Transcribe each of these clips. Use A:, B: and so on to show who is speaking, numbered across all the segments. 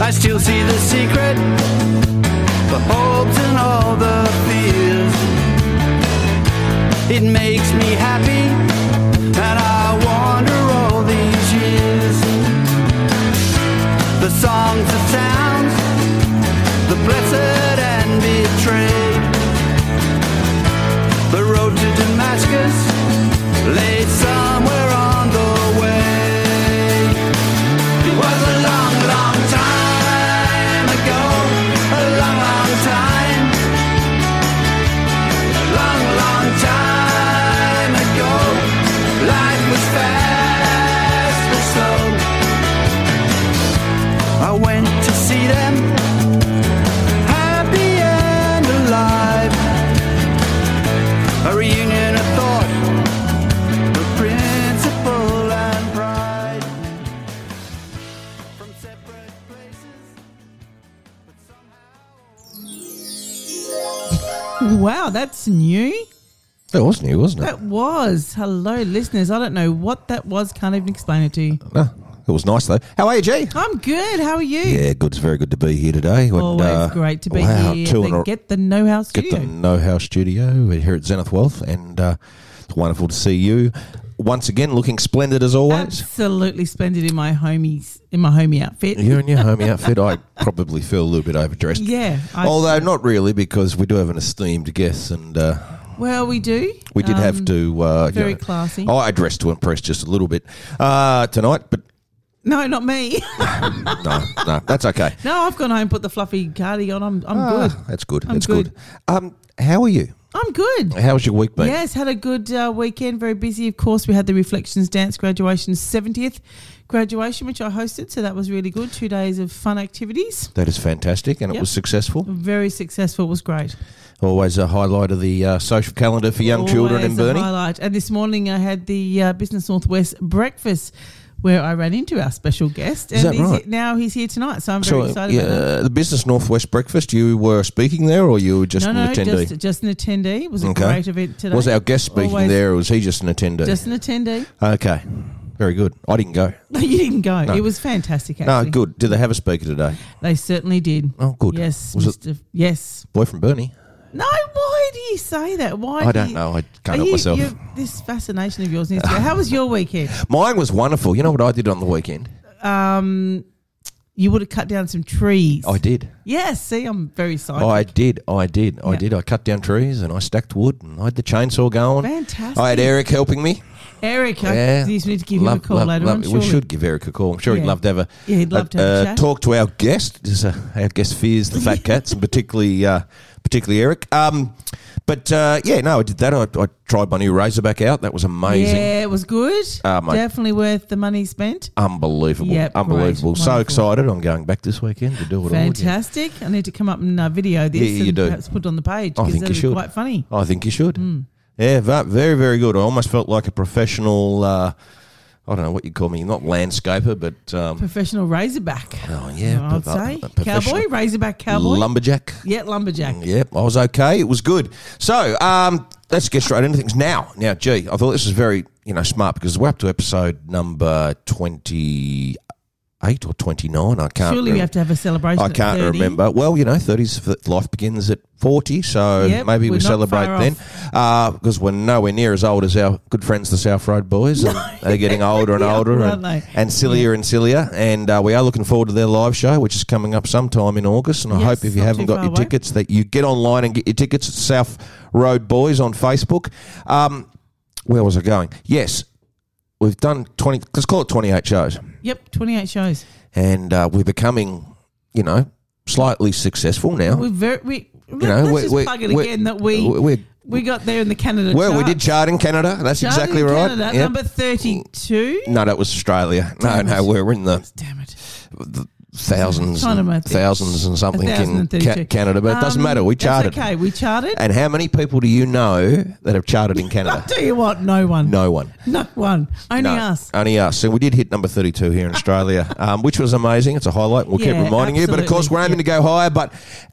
A: I still see the secret, the hopes and all the fears. It makes me happy that I wander all these years. The songs, the sounds, the blessed and betrayed. The road to Damascus lay somewhere on the way. It was a long, long time ago. A long, long time. A long, long time ago. Life was fast and slow. I went to see them. Happy and alive. A reunion of thought. The principle and pride. From separate places. But somehow.
B: Wow, that's new.
C: That was new, wasn't it?
B: That was. Hello, listeners. I don't know what that was. Can't even explain it to you.
C: No, it was nice though. How are you, G?
B: I'm good. How are you?
C: Yeah, good. It's very good to be here today. And,
B: Always
C: uh,
B: great to be
C: wow,
B: here.
C: Two
B: at
C: in
B: the
C: a,
B: Get the Know How
C: get
B: Studio.
C: the Know How Studio here at Zenith Wealth, and uh, it's wonderful to see you once again, looking splendid as always.
B: Absolutely splendid in my homies in my homie outfit.
C: You're in your homie outfit. I probably feel a little bit overdressed.
B: Yeah, I-
C: Although not really, because we do have an esteemed guest, and uh,
B: Well, we do.
C: we did have
B: Um,
C: to. Uh, you
B: very
C: know,
B: classy.
C: I dressed to impress just a little bit uh, tonight, but
B: No, not me.
C: no, no, that's okay.
B: no, I've gone home, put the fluffy cardi on. I'm I'm good.
C: Ah, That's good.
B: I'm
C: that's good. Um, how are you?
B: I'm good.
C: How's your week been?
B: Yes, had a good uh, weekend. Very busy, of course. We had the Reflections Dance graduation, 70th graduation, which I hosted. So that was really good. Two days of fun activities.
C: That is fantastic, and it
B: Yep. Mm.
C: was successful.
B: Very successful. It was great.
C: Always a highlight of the uh, social calendar for young children
B: Always
C: in
B: a
C: Burnie.
B: highlight. And this morning I had the uh, Business Northwest breakfast where I ran into our special guest. And
C: Is that
B: he's
C: right?
B: now he's here tonight. So I'm very
C: So,
B: excited about that.
C: yeah, uh, the Business Northwest breakfast. You were speaking there, or you were just
B: no,
C: an
B: no,
C: attendee?
B: just just an attendee. It was a
C: Okay.
B: great event today.
C: was our guest speaking
B: Always
C: there, or was he just an attendee?
B: Just an attendee.
C: okay, very good. I didn't go.
B: you didn't go.
C: No.
B: It was fantastic.
C: No,
B: Actually.
C: good. Did they have a speaker today?
B: They certainly did.
C: Oh, good.
B: Yes,
C: Was it-
B: Mr. Yes.
C: Boy from Burnie.
B: No, why do you say that? Why?
C: I
B: do
C: don't
B: you-
C: know. I
B: Are
C: can't help
B: you-
C: myself.
B: you- This fascination of yours needs to go. How was your weekend?
C: Mine was wonderful. You know what I did on the weekend?
B: Um, you would have cut down some trees.
C: I did.
B: Yes. See, I'm very excited.
C: I did, I did, I
B: Yeah.
C: did. I cut down trees and I stacked wood and I had the chainsaw going.
B: Fantastic.
C: I had Eric helping me.
B: Eric, I
C: Yeah.
B: you need to give him
C: Love-
B: a call
C: love-
B: later
C: love-
B: on.
C: We
B: surely.
C: should give Eric a call. I'm sure he'd
B: Yeah.
C: love to have a, uh,
B: Yeah, he'd love to have a chat.
C: talk to our guest. Just, uh, our guest fears the fat cats, and particularly uh, particularly Eric. Um, but uh, yeah, no, I did that. I, I tried my new Razorback out. That was amazing.
B: Yeah, it was good.
C: Ah, mate.
B: Definitely worth the money spent.
C: Unbelievable,
B: Yep, great.
C: unbelievable! So
B: Wonderful.
C: excited! I'm going back this weekend to do it all. with you.
B: Fantastic. I need to come up and uh, video this
C: Yeah, you
B: and
C: do.
B: perhaps put it on the page
C: I
B: because
C: think
B: that'd
C: you
B: be
C: should.
B: quite funny.
C: I think you should.
B: Hmm.
C: Yeah, va- very, very good. I almost felt like a professional. Uh, I don't know what you call me. Not landscaper, but um,
B: Professional Razorback.
C: Oh, yeah,
B: I would
C: but, uh,
B: say.
C: a professional-
B: Cowboy, Razorback Cowboy.
C: lumberjack.
B: yeah, Lumberjack.
C: Yep, I was okay. It was good. So um, let's get straight into things now. Now, gee, I thought this was very you know smart because we're up to episode number twenty eight or twenty nine. I can't.
B: Surely we have to have a celebration.
C: I
B: at
C: can't
B: 30.
C: remember. Well, you know, 30s life begins at 40, so
B: Yep,
C: maybe
B: we're
C: we
B: not
C: celebrate
B: far
C: then. Uh, because we're nowhere near as old as our good friends, the South Road Boys. And they're getting older and
B: Yeah,
C: older
B: aren't
C: and,
B: they?
C: and sillier and sillier. And uh, we are looking forward to their live show, which is coming up sometime in August. And I
B: Yes,
C: hope if you
B: not
C: haven't
B: too
C: got
B: far
C: your
B: away.
C: tickets, that you get online and get your tickets at South Road Boys on Facebook. Um, where was I going? Yes, we've done 20, let's call it 28 shows
B: Yep, 28 shows.
C: and uh, we're becoming, you know, slightly successful now.
B: We're very, we,
C: you know,
B: let's
C: we're-
B: just
C: we're-
B: plug it
C: we're-
B: again that we,
C: we're- we're-
B: we got there in the Canada
C: well, we
B: chart.
C: did chart in Canada. That's
B: Chart in
C: exactly right.
B: Canada,
C: Yeah.
B: Number 32.
C: no, that was Australia. No,
B: Damn
C: no,
B: it.
C: we're in the
B: Damn it.
C: thousands,
B: Trying to
C: and
B: make this-
C: thousands and something in Ca-
B: 1,032.
C: Canada, but it doesn't
B: Um,
C: matter. We
B: that's
C: charted.
B: okay, we charted.
C: And how many people do you know that have charted in Canada?
B: I tell you what, no one.
C: no one.
B: No one. Only
C: No,
B: us.
C: Only us. So we did hit number 32 here in Australia, um, which was amazing. It's a highlight. We'll
B: Yeah,
C: keep reminding you. But of course,
B: absolutely.
C: we're aiming to go higher. But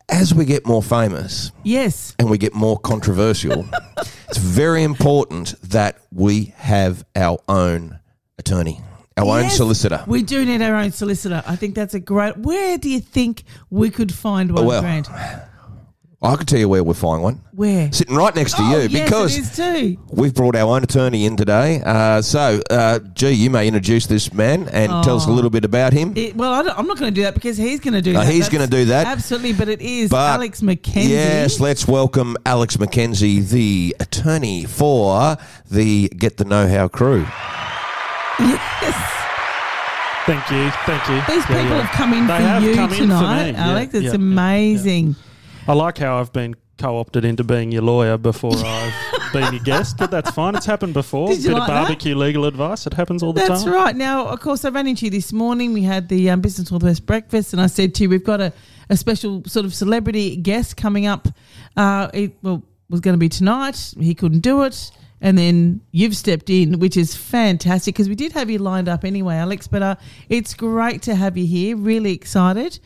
C: as we get more famous,
B: Yes.
C: and we get more controversial, it's very important that we have our own attorney, Our own
B: Yes,
C: solicitor.
B: We do need our own solicitor. I think that's a great. Where do you think we could find one
C: well.
B: grand?
C: I could tell you where we're finding one.
B: Where?
C: Sitting right next to
B: Oh,
C: you
B: yes,
C: because
B: it is too.
C: We've brought our own attorney in today. Uh, so, uh, gee, you may introduce this man and tell us a little bit about him.
B: Oh. It- well, I am not going to do that because he's going to do
C: No,
B: that.
C: he's
B: That's-
C: gonna do that.
B: Absolutely, but it is
C: But-
B: Alex McKenzie.
C: Yes, let's welcome Alex McKenzie, the attorney for the Get the Know How crew.
B: Yes.
D: Thank you, thank you.
B: These
D: Yeah,
B: people
D: yeah.
B: have come in
D: They
B: for
D: have
B: you
D: come in for
B: tonight,
D: me. Yeah,
B: Alex.
D: yeah,
B: it's
D: yeah, yeah.
B: amazing.
D: I like how I've been co-opted into being your lawyer before I've been your guest, but that's fine. It's happened before.
B: Did you
D: Bit
B: like
D: of
B: that?
D: barbecue legal advice. It happens all the
B: That's
D: time.
B: right. Now, of course, I ran into you this morning. We had the um, Business Northwest breakfast, and I said to you, we've got a, a special sort of celebrity guest coming up. Uh, it well, was going to be tonight. He couldn't do it. And then you've stepped in, which is fantastic because we did have you lined up anyway, Alex. But uh, it's great to have you here. Really excited.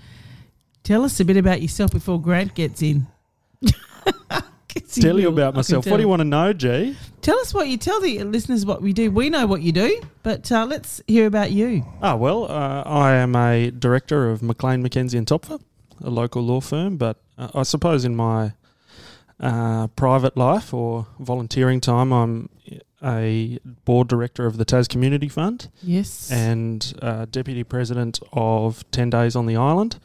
B: Tell us a bit about yourself before Grant gets in.
D: Tell you about myself. What do you want to know, G?
B: Tell us what you tell the listeners what we do. We know what you do, but uh, let's hear about you.
D: Ah, well, uh, I am a director of McLean McKenzie and Topfer, a local law firm, but uh, I suppose in my uh, private life or volunteering time, I'm a board director of the Tas Community Fund.
B: Yes.
D: and uh, deputy president of 10 days on the island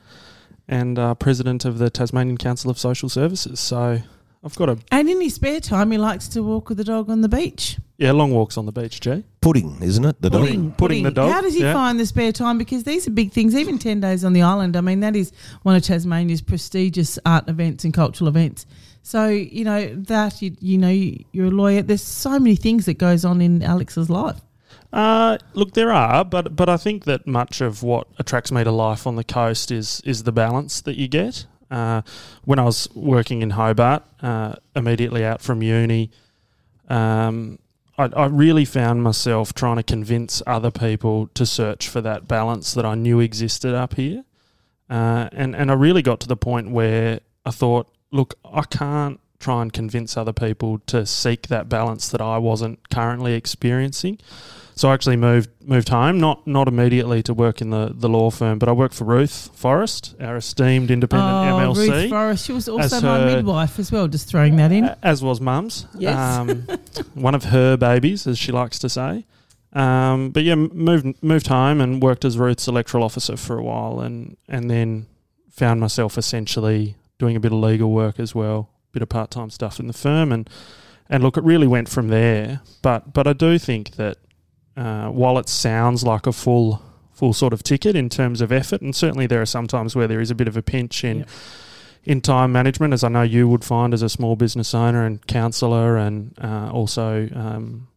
D: and uh, president of the tasmanian council of social services so i've got a
B: And in his spare time, he likes to walk with the dog on the beach.
D: yeah long walks on the beach jay
C: Pudding, isn't it? The dog.
D: Pudding the dog,
B: How does he
D: yeah.
B: find the spare time? Because these are big things. Even 10 days on the island, I mean, that is one of Tasmania's prestigious art events and cultural events. So, you know, that, you, you know, you, you're a lawyer. There's so many things that goes on in Alex's life.
D: uh, look there are but but i think that much of what attracts me to life on the coast is is the balance that you get uh, when i was working in hobart uh, immediately out from uni um, I, I really found myself trying to convince other people to search for that balance that I knew existed up here. Uh, and, and I really got to the point where I thought, look, I can't try and convince other people to seek that balance that I wasn't currently experiencing. So I actually moved moved home, not not immediately to work in the, the law firm, but I worked for Ruth Forrest, our esteemed independent
B: oh,
D: MLC
B: Ruth Forrest. She was also
D: As
B: my
D: her-
B: midwife as well, just throwing that in.
D: a- As was mum's.
B: Yes.
D: Um, one of her babies, as she likes to say. Um, but yeah, m- moved moved home and worked as Ruth's electoral officer for a while, and and then found myself essentially doing a bit of legal work as well, bit of part time stuff in the firm, and and look, it really went from there. But but I do think that uh, while it sounds like a full full sort of ticket in terms of effort, and certainly there are some times where there is a bit of a pinch in in time management, as I know you would find as a small business owner and counsellor, and uh, also um,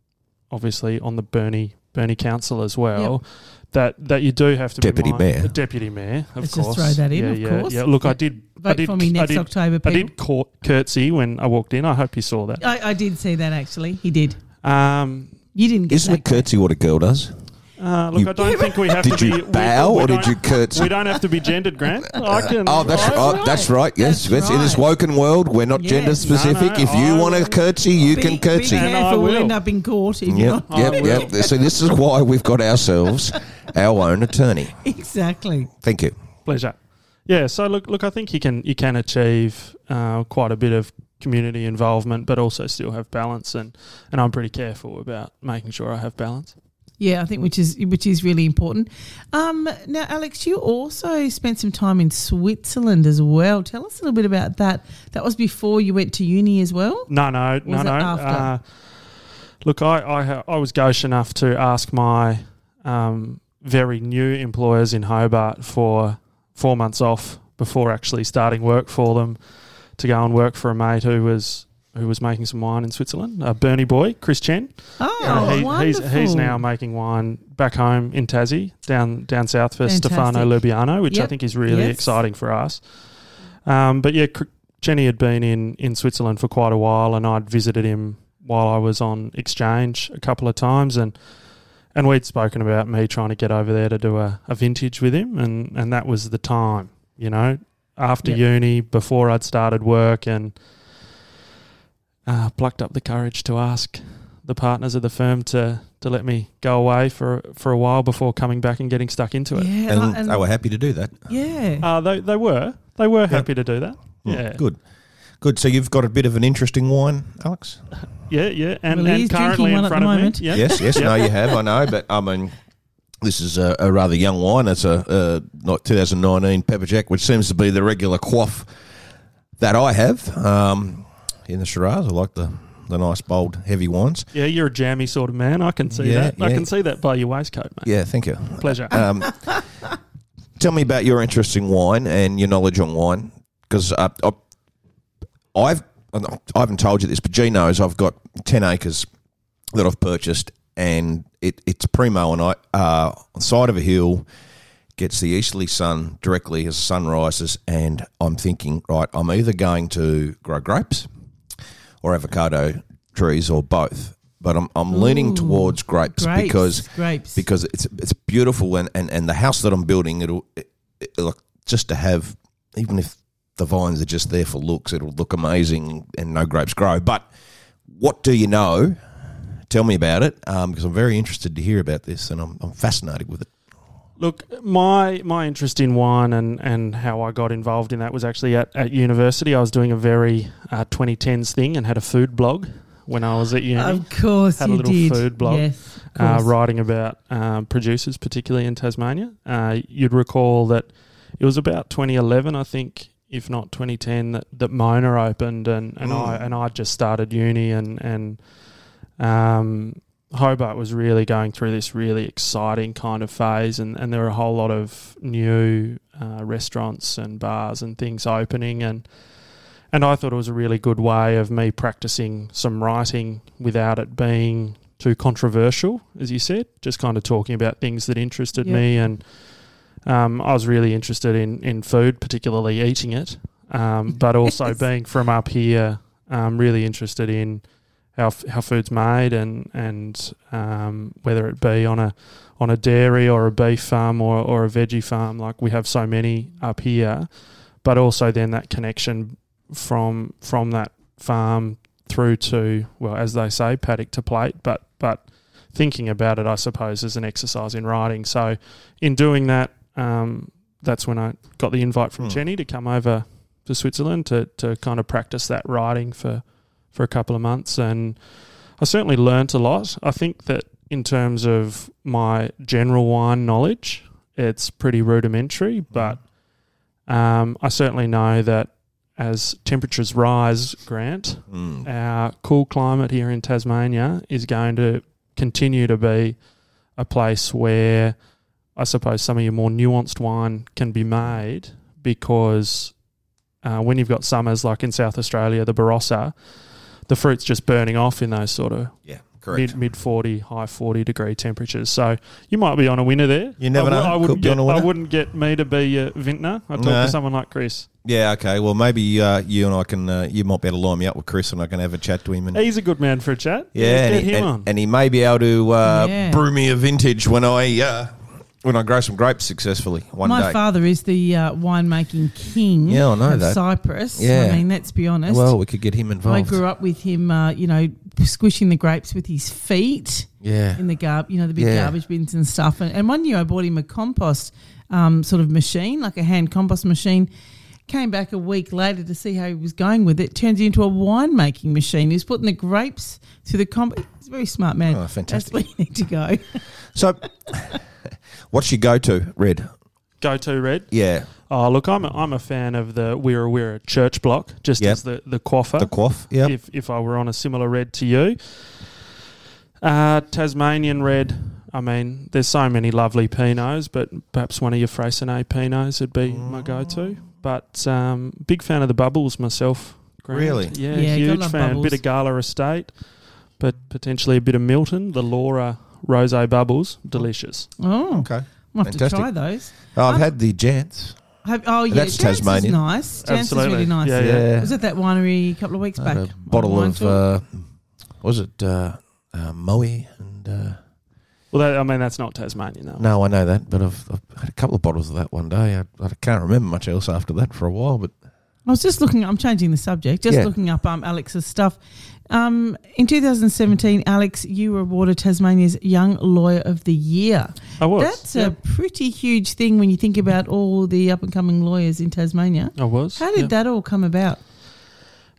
D: obviously on the Bernie Bernie Council as well. That that you do have to
C: Deputy
D: be mind-
C: mayor.
D: deputy mayor, of
B: Let's
D: course.
B: just throw that in,
D: yeah,
B: of
D: yeah,
B: course.
D: Yeah, look,
B: Yeah.
D: I did. I
B: Vote
D: did
B: for me next
D: I did,
B: October,
D: I
B: people.
D: did court, curtsy when I walked in. I hope you saw that.
B: I, I did see that, actually. He did.
D: Um,
B: You didn't get
C: Isn't
B: that.
C: it curtsy what a girl does?
D: uh, look,
C: You-
D: I don't think we have
C: Did
D: to
C: you
D: be. we-
C: bow
D: we
C: or did
D: don't-
C: you curtsy?
D: We don't have to be gendered, Grant. I can.
C: Oh, that's
D: I-
C: right.
B: right.
C: That's right. Yes,
B: That's
C: yes. In this
B: right.
C: woken world, we're not
B: Yes.
C: gender specific.
D: No, no,
C: if you
D: I
C: want to
D: will-
C: curtsy, you
B: Be-
C: can curtsy.
B: Be
D: And I
B: careful, we'll
D: will.
B: end up in court if you're
C: Yep,
B: not
D: I
C: yep, yep. So this is why we've got ourselves our own attorney.
B: Exactly.
C: Thank you.
D: Pleasure. Yeah. So look, look, I think you can you can achieve uh, quite a bit of community involvement, but also still have balance. And and I'm pretty careful about making sure I have balance.
B: Yeah, I think which is which is really important. Um, now, Alex, you also spent some time in Switzerland as well. Tell us a little bit about that. That was before you went to uni as well.
D: No, no, no,
B: it
D: no. Uh,
B: after?
D: look, I, I ha- I was gauche enough to ask my um, very new employers in Hobart for four months off before actually starting work for them to go and work for a mate who was who was making some wine in Switzerland, a Bernie boy, Chris Chen.
B: Oh,
D: Uh, he- he's,
B: wonderful!
D: he's now making wine back home in Tassie, down down south for
B: Fantastic.
D: Stefano Lubiano, which I
B: Yep.
D: think is really
B: Yes.
D: exciting for us. Um, but yeah, Cr- Jenny had been in, in Switzerland for quite a while, and I'd visited him while I was on exchange a couple of times, and and we'd spoken about me trying to get over there to do a, a vintage with him, and and that was the time, you know, after
B: Yep.
D: uni, before I'd started work, and uh, plucked up the courage to ask the partners of the firm to to let me go away for for a while before coming back and getting stuck into it.
B: Yeah, and, oh,
C: And,
B: I- and-
C: they were happy to do that.
B: yeah.
D: Uh, they they were they were happy to do that.
C: Mm,
D: Yeah,
C: Good. Good. So you've got a bit of an interesting wine, Alex?
D: yeah, yeah. And,
B: Well,
D: and
B: he's
D: currently
B: drinking
D: in
B: one at
D: front
B: the
D: of me.
B: moment.
D: Yeah.
C: Yes, yes. No, you have. I know. But I mean, this is a, a rather young wine. It's a, uh not 2019 Pepper Jack, which seems to be the regular quaff that I have um, in the Shiraz. I like the, the nice, bold, heavy wines.
D: Yeah, you're a jammy sort of man. I can see
C: Yeah,
D: that. I
C: yeah.
D: can see that by your waistcoat, mate.
C: Yeah, thank you.
D: Pleasure.
C: Um, tell me about your interest in wine and your knowledge on wine, because uh, I- I've I haven't told you this, but G knows I've got ten acres that I've purchased, and it, it's primo and I uh, on the side of a hill. Gets the easterly sun directly as the sun rises, and I'm thinking, right, I'm either going to grow grapes or avocado trees or both, but I'm, I'm leaning towards
B: grapes,
C: because
B: grapes.
C: because it's it's beautiful and, and, and the house that I'm building it'll it, it, look just to have even if the vines are just there for looks it'll look amazing and no grapes grow but what do you know tell me about it um, because I'm very interested to hear about this and I'm, I'm fascinated with it
D: Look, my my interest in wine and, and how I got involved in that was actually at, at university. I was doing a very uh, 2010s thing and had a food blog when I was at uni.
B: Of course,
D: Had a
B: you
D: little
B: did.
D: food blog.
B: Yes, of
D: uh,
B: course.
D: writing about um, producers, particularly in Tasmania. Uh, you'd recall that it was about 2011, I think, if not 2010, that, that Mona opened, and, and I
B: Mm.
D: and I just started uni, and and um, Hobart was really going through this really exciting kind of phase, and, and there were a whole lot of new uh, restaurants and bars and things opening, and and I thought it was a really good way of me practicing some writing without it being too controversial, as you said, just kind of talking about things that interested
B: Yeah.
D: me. And um, I was really interested in, in food, particularly eating it, um, but also
B: Yes.
D: being from up here, um, really interested in how, f- how food's made and, and um, whether it be on a, on a dairy or a beef farm or, or a veggie farm, like we have so many up here. But also then that connection from from that farm through to well, as they say, paddock to plate. But but thinking about it, I suppose, is an exercise in writing. So in doing that, um, that's when I got the invite from
C: Hmm.
D: Jenny to come over to Switzerland to to kind of practice that writing for for a couple of months, and I certainly learnt a lot. I think that in terms of my general wine knowledge, it's pretty rudimentary, but um, I certainly know that as temperatures rise, Grant,
C: Mm.
D: our cool climate here in Tasmania is going to continue to be a place where I suppose some of your more nuanced wine can be made because uh, when you've got summers like in South Australia, the Barossa, the fruit's just burning off in those sort of
C: yeah correct
D: mid mid 40, high 40 degree temperatures. So you might be on a winner there.
C: You never
D: I, wou-
C: know.
D: I wouldn't,
C: Could be
D: get,
C: on a winner.
D: I wouldn't get me to be a vintner. I'd talk
C: No.
D: to someone like Chris.
C: yeah okay well maybe uh, you and I can uh, you might be able to line me up with Chris and I can have a chat to him and
D: He's a good man for a chat.
C: Yeah,
D: Let's
C: and
D: get
C: he,
D: him
C: and,
D: on.
C: and he may be able to uh,
B: Yeah.
C: brew me a vintage when I uh, when I grow some grapes successfully one
B: My
C: day.
B: father is the uh, winemaking king.
C: Yeah, I know
B: of
C: that.
B: Cyprus.
C: Yeah.
B: I mean, let's be honest.
C: well, we could get him
B: I
C: involved.
B: grew up with him, uh, you know, squishing the grapes with his feet
C: yeah,
B: in the garb, you know, the big
C: Yeah.
B: garbage bins and stuff. And, and one year I bought him a compost um, sort of machine, like a hand compost machine. Came back a week later to see how he was going with it. Turns into a winemaking machine. He was putting the grapes through the comp. He's a very smart man.
C: Oh,
B: That's
C: fantastic.
B: where you need to go.
C: So, what's your go-to red?
D: Go to Red.
C: Yeah,
D: Oh, look, I'm a, I'm a fan of the We're a We're a Church block, just
C: Yep.
D: as the, the quaffer.
C: the quaff. Yeah,
D: if, if I were on a similar red to you. Uh, Tasmanian red. I mean, there's so many lovely pinots, but perhaps one of your Freycinet pinots would be my go-to.
B: Oh.
D: But um, big fan of the bubbles myself. Grant.
C: Really?
B: Yeah,
D: Yeah,
B: you gotta
D: huge
B: love
D: fan.
B: bubbles.
D: Bit of Gala Estate, but potentially a bit of Milton. The Laura Rosé bubbles, delicious.
B: Oh,
C: okay.
B: I'll have
C: Fantastic.
B: to try those.
C: Oh, I've
B: Um,
C: had the Jance.
B: Have, oh, yeah,
C: That's
B: Jance
C: Tasmanian.
B: is nice. Jance
D: Absolutely.
B: is really nice.
D: Yeah,
C: Yeah,
D: yeah.
B: Was at that winery a couple of weeks
C: I
B: back.
C: had
B: on
C: Uh, a bottle
B: wine
C: of
B: tour.
C: uh, what was it uh, uh, Moe and uh,
D: Well, that, I mean, that's not Tasmanian though.
C: no, I know that, but I've, I've had a couple of bottles of that one day. I, I can't remember much else after that for a while, but
B: I was just looking. I'm changing the subject. Just
C: Yeah.
B: looking up um, Alex's stuff. Um, in 2017, Alex, you were awarded Tasmania's Young Lawyer of the Year.
D: I was.
B: That's a pretty huge thing when you think about all the up and coming lawyers in Tasmania.
D: I was.
B: How did
D: yeah.
B: that all come about?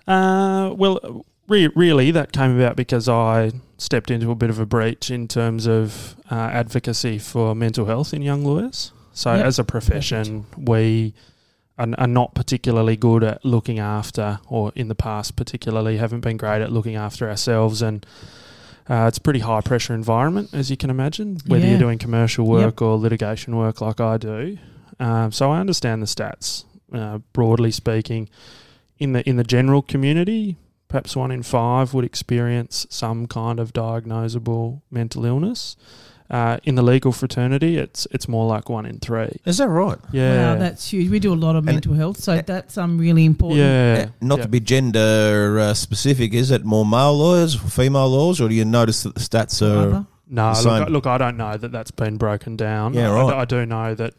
D: Uh, well, re- really, that came about because I stepped into a bit of a breach in terms of uh, advocacy for mental health in young lawyers. So,
B: Yep.
D: as a profession, we are, are not particularly good at looking after, or in the past, particularly, haven't been great at looking after ourselves and. Uh, it's a pretty high pressure environment, as you can imagine, whether
B: Yeah.
D: you're doing commercial work or litigation work like I do. Um, so I understand the stats, uh, broadly speaking in the in the general community, perhaps one in five would experience some kind of diagnosable mental illness. Uh, in the legal fraternity, it's it's more like one in three.
C: Is that right?
D: Yeah,
B: Wow, that's huge. We do a lot of mental health, so that's um, really important.
D: yeah,
E: Not
D: yeah.
E: to be gender uh, specific, is it more male lawyers or female lawyers, or do you notice that the stats are?
B: Barbara?
D: No,
E: The
D: look,
E: same.
D: look, I don't know that that's been broken down.
E: Yeah,
D: I-
E: right.
D: I, do know that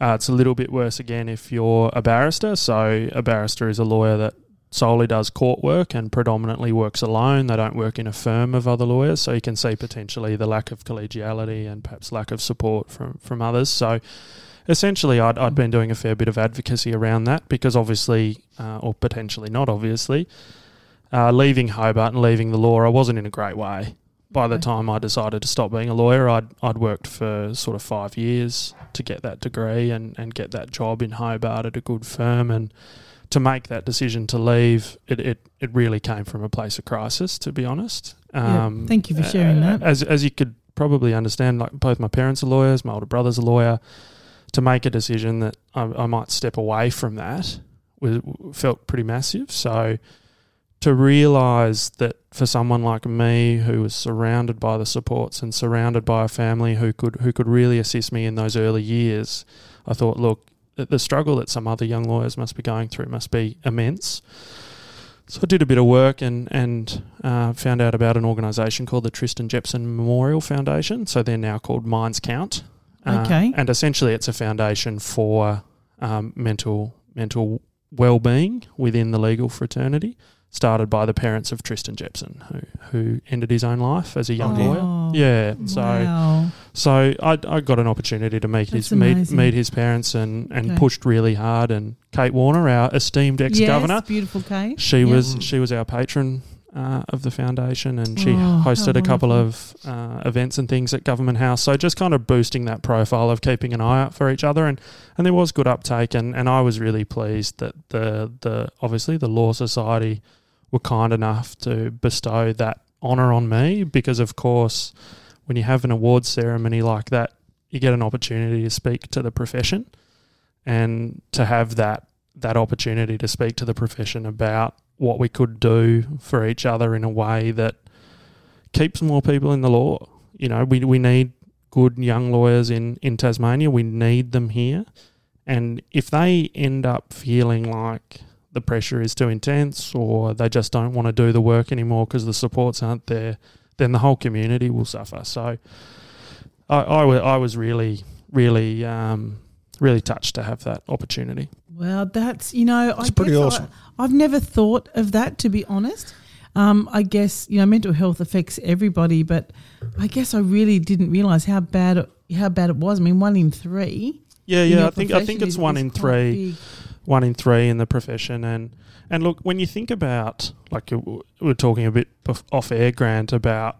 D: uh, it's a little bit worse again if you're a barrister. So a barrister is a lawyer that solely does court work and predominantly works alone. They don't work in a firm of other lawyers. So you can see potentially the lack of collegiality and perhaps lack of support from, from others. So essentially, I'd, I'd been doing a fair bit of advocacy around that because obviously, uh, or potentially not obviously, uh, leaving Hobart and leaving the law, I wasn't in a great way. By the
B: Okay.
D: time I decided to stop being a lawyer, I'd, I'd worked for sort of five years to get that degree and, and get that job in Hobart at a good firm. And to make that decision to leave, it, it, it really came from a place of crisis, to be honest.
B: Yeah. Thank you for sharing
D: uh,
B: that.
D: As as you could probably understand, like both my parents are lawyers, my older brother's a lawyer. To make a decision that I, I might step away from that was felt pretty massive. So to realise that for someone like me, who was surrounded by the supports and surrounded by a family who could who could really assist me in those early years, I thought, look, the- the struggle that some other young lawyers must be going through must be immense. So I did a bit of work and and uh, found out about an organisation called the Tristan Jepson Memorial Foundation. So they're now called Minds Count. Uh,
B: Okay.
D: And essentially, it's a foundation for um, mental mental well-being within the legal fraternity, started by the parents of Tristan Jepson, who who ended his own life as a young
B: Oh,
D: lawyer. Yeah. So.
B: wow.
D: So I, I got an opportunity to meet
B: That's
D: his meet,
B: amazing.
D: meet his parents and, and
B: Okay.
D: pushed really hard. And Kate Warner, our esteemed ex governor,
B: Yes, beautiful Kate.
D: she
B: Yep.
D: was she was our patron uh, of the foundation, and she
B: Oh, how
D: hosted a couple of
B: wonderful.
D: uh, events and things at Government House. So just kind of boosting that profile of keeping an eye out for each other, and, and there was good uptake, and, and I was really pleased that the the obviously the Law Society were kind enough to bestow that honour on me because of course when you have an award ceremony like that, you get an opportunity to speak to the profession, and to have that that opportunity to speak to the profession about what we could do for each other in a way that keeps more people in the law. You know, we, we need good young lawyers in, in Tasmania. We need them here. And if they end up feeling like the pressure is too intense or they just don't want to do the work anymore because the supports aren't there, then the whole community will suffer. So I, I, wa- I was really, really, um, really touched to have that opportunity.
B: Wow, that's you know,
E: It's
B: I
E: pretty
B: guess I-
E: awesome.
B: I've never thought of that to be honest. Um, I guess you know mental health affects everybody, but I guess I really didn't realize how bad it, how bad it was. I mean, one in three.
D: Yeah,
B: in
D: yeah.
B: your
D: I think I
B: profession
D: think it's
B: is-
D: one
B: is
D: in
B: quite
D: three,
B: big.
D: one in three in the profession. And and look, when you think about like you- we we're talking a bit bef- off air, Grant, about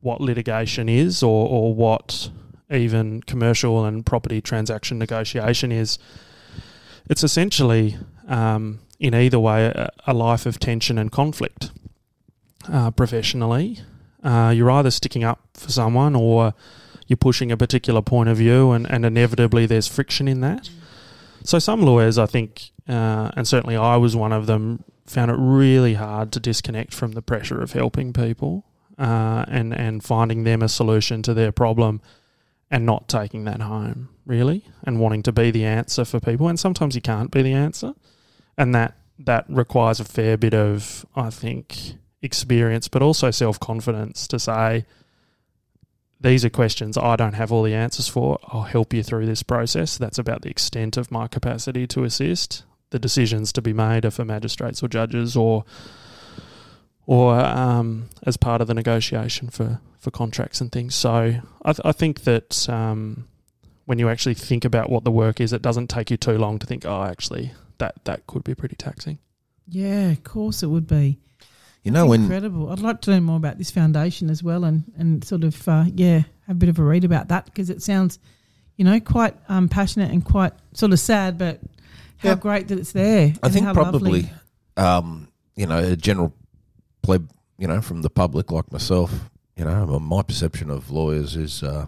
D: what litigation is, or or what even commercial and property transaction negotiation is. It's essentially, um, in either way, a, a life of tension and conflict. Uh, professionally, uh, you're either sticking up for someone or you're pushing a particular point of view, and, and inevitably there's friction in that. So some lawyers, I think, uh, and certainly I was one of them, found it really hard to disconnect from the pressure of helping people uh, and and finding them a solution to their problem, and not taking that home really, and wanting to be the answer for people. And sometimes you can't be the answer, and that that requires a fair bit of, I think, experience, but also self confidence to say. These are questions I don't have all the answers for. I'll help you through this process. That's about the extent of my capacity to assist. the decisions to be made are for magistrates or judges or or um, as part of the negotiation for, for contracts and things. So I, th- I think that um, when you actually think about what the work is, it doesn't take you too long to think, oh, actually, that, that could be pretty taxing.
B: Yeah, of course it would be.
E: You know when
B: Incredible. I'd like to learn more about this foundation as well and, and sort of, uh, yeah, have a bit of a read about that because it sounds, you know, quite um, passionate and quite sort of sad, but how
C: Yeah.
B: great that it's there.
C: I
B: and
C: think
B: how
C: probably,
B: lovely.
C: um, you know, a general pleb, you know, from the public like myself, you know, well, my perception of lawyers is uh,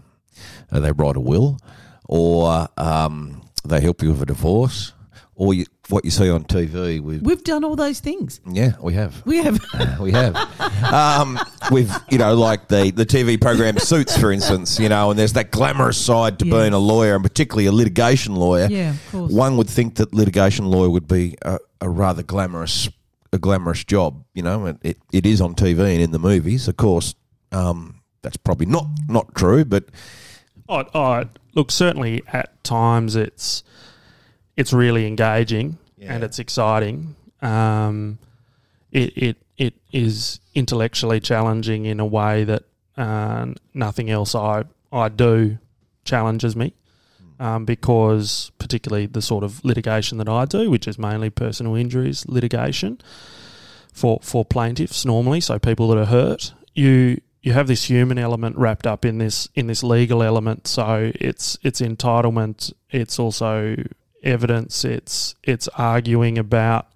C: uh, they write a will or um, they help you with a divorce or you, what you see on TV with.
B: We've done all those things.
C: Yeah, we have.
B: We have.
C: we have. Um, we've, you know, like the, the TV program Suits, for instance, you know, and there's that glamorous side to
B: Yeah.
C: being a lawyer and particularly a litigation lawyer.
B: Yeah, of course.
C: One would think that litigation lawyer would be a, a rather glamorous, a glamorous job, you know, and it, it is on TV and in the movies, of course. Um, that's probably not, not true, but
D: Oh, oh, it- look, certainly at times it's it's really engaging and it's exciting. Um, it it it is intellectually challenging in a way that uh, nothing else I I do challenges me. Um, because particularly the sort of litigation that I do, which is mainly personal injuries litigation for for plaintiffs normally, so people that are hurt, you you have this human element wrapped up in this in this legal element. So it's it's entitlement, it's also evidence, it's it's arguing about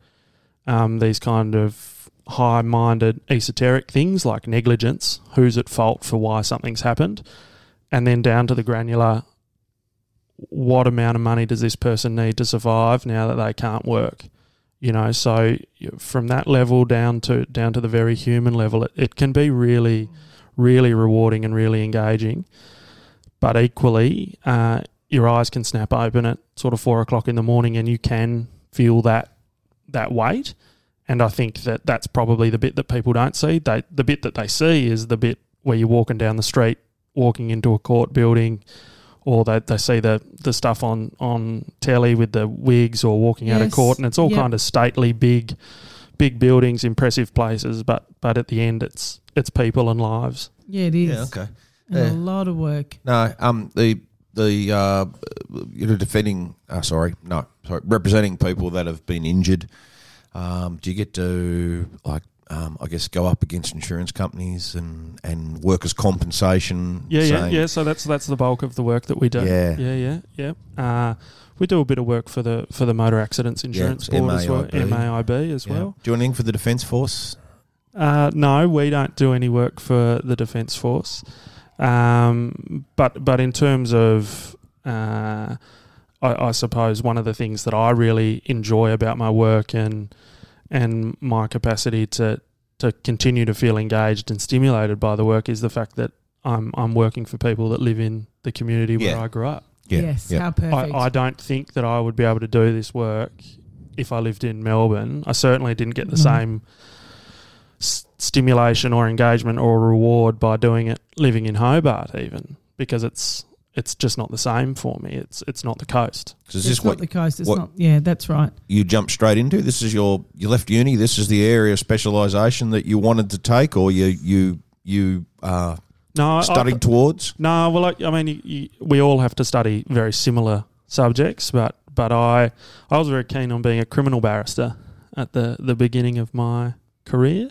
D: um, these kind of high-minded esoteric things like negligence, who's at fault for why something's happened, and then down to the granular what amount of money does this person need to survive now that they can't work you know so you- from that level down to down to the very human level it, it can be really really rewarding and really engaging but equally uh, your eyes can snap open at sort of four o'clock in the morning and you can feel that that weight and i think that that's probably the bit that people don't see they the bit that they see is the bit where you're walking down the street walking into a court building or they, they see the, the stuff on, on telly with the wigs or walking out of
B: Yes.
D: court and it's all
B: Yep.
D: kind of stately big big buildings impressive places but but at the end it's it's people and lives
B: yeah, it is.
E: yeah, okay.
B: And
E: Yeah.
B: a lot of work.
C: No, um, the the uh, you know defending. Uh, sorry, no, sorry, representing people that have been injured. Um, do you get to like? Um, I guess go up against insurance companies and, and workers' compensation.
D: Yeah, yeah,
C: saying-
D: yeah. So that's that's the bulk of the work that we do.
C: Yeah.
D: yeah, yeah, yeah. Uh, we do a bit of work for the for the motor accidents insurance
C: it's
D: board as well,
C: MAIB.
D: MAIB as
C: yeah.
D: well.
E: Do you want anything for the defence force?
D: Uh, no, we don't do any work for the Defence Force. Um, but but in terms of, uh, I, I suppose one of the things that I really enjoy about my work and and my capacity to to continue to feel engaged and stimulated by the work is the fact that I'm I'm working for people that live in the community where
C: Yeah.
D: I grew up.
C: Yeah,
B: yes,
C: yeah.
B: how perfect.
D: I, I don't think that I would be able to do this work if I lived in Melbourne. I certainly didn't get the
B: No.
D: same s- stimulation or engagement or reward by doing it living in Hobart, even because it's it's just not the same for me. It's it's not the coast.
C: 'Cause is
B: it's
C: this
B: not
C: what
B: the coast. It's
C: what-
B: not. Yeah, that's right.
E: You jumped straight into this is your you left uni. This is the area of specialisation that you wanted to take, or you you you uh,
D: No, I-
E: studied towards.
D: No, well, I, I mean, you, you, we all have to study very similar subjects, but but I I was very keen on being a criminal barrister at the the beginning of my career,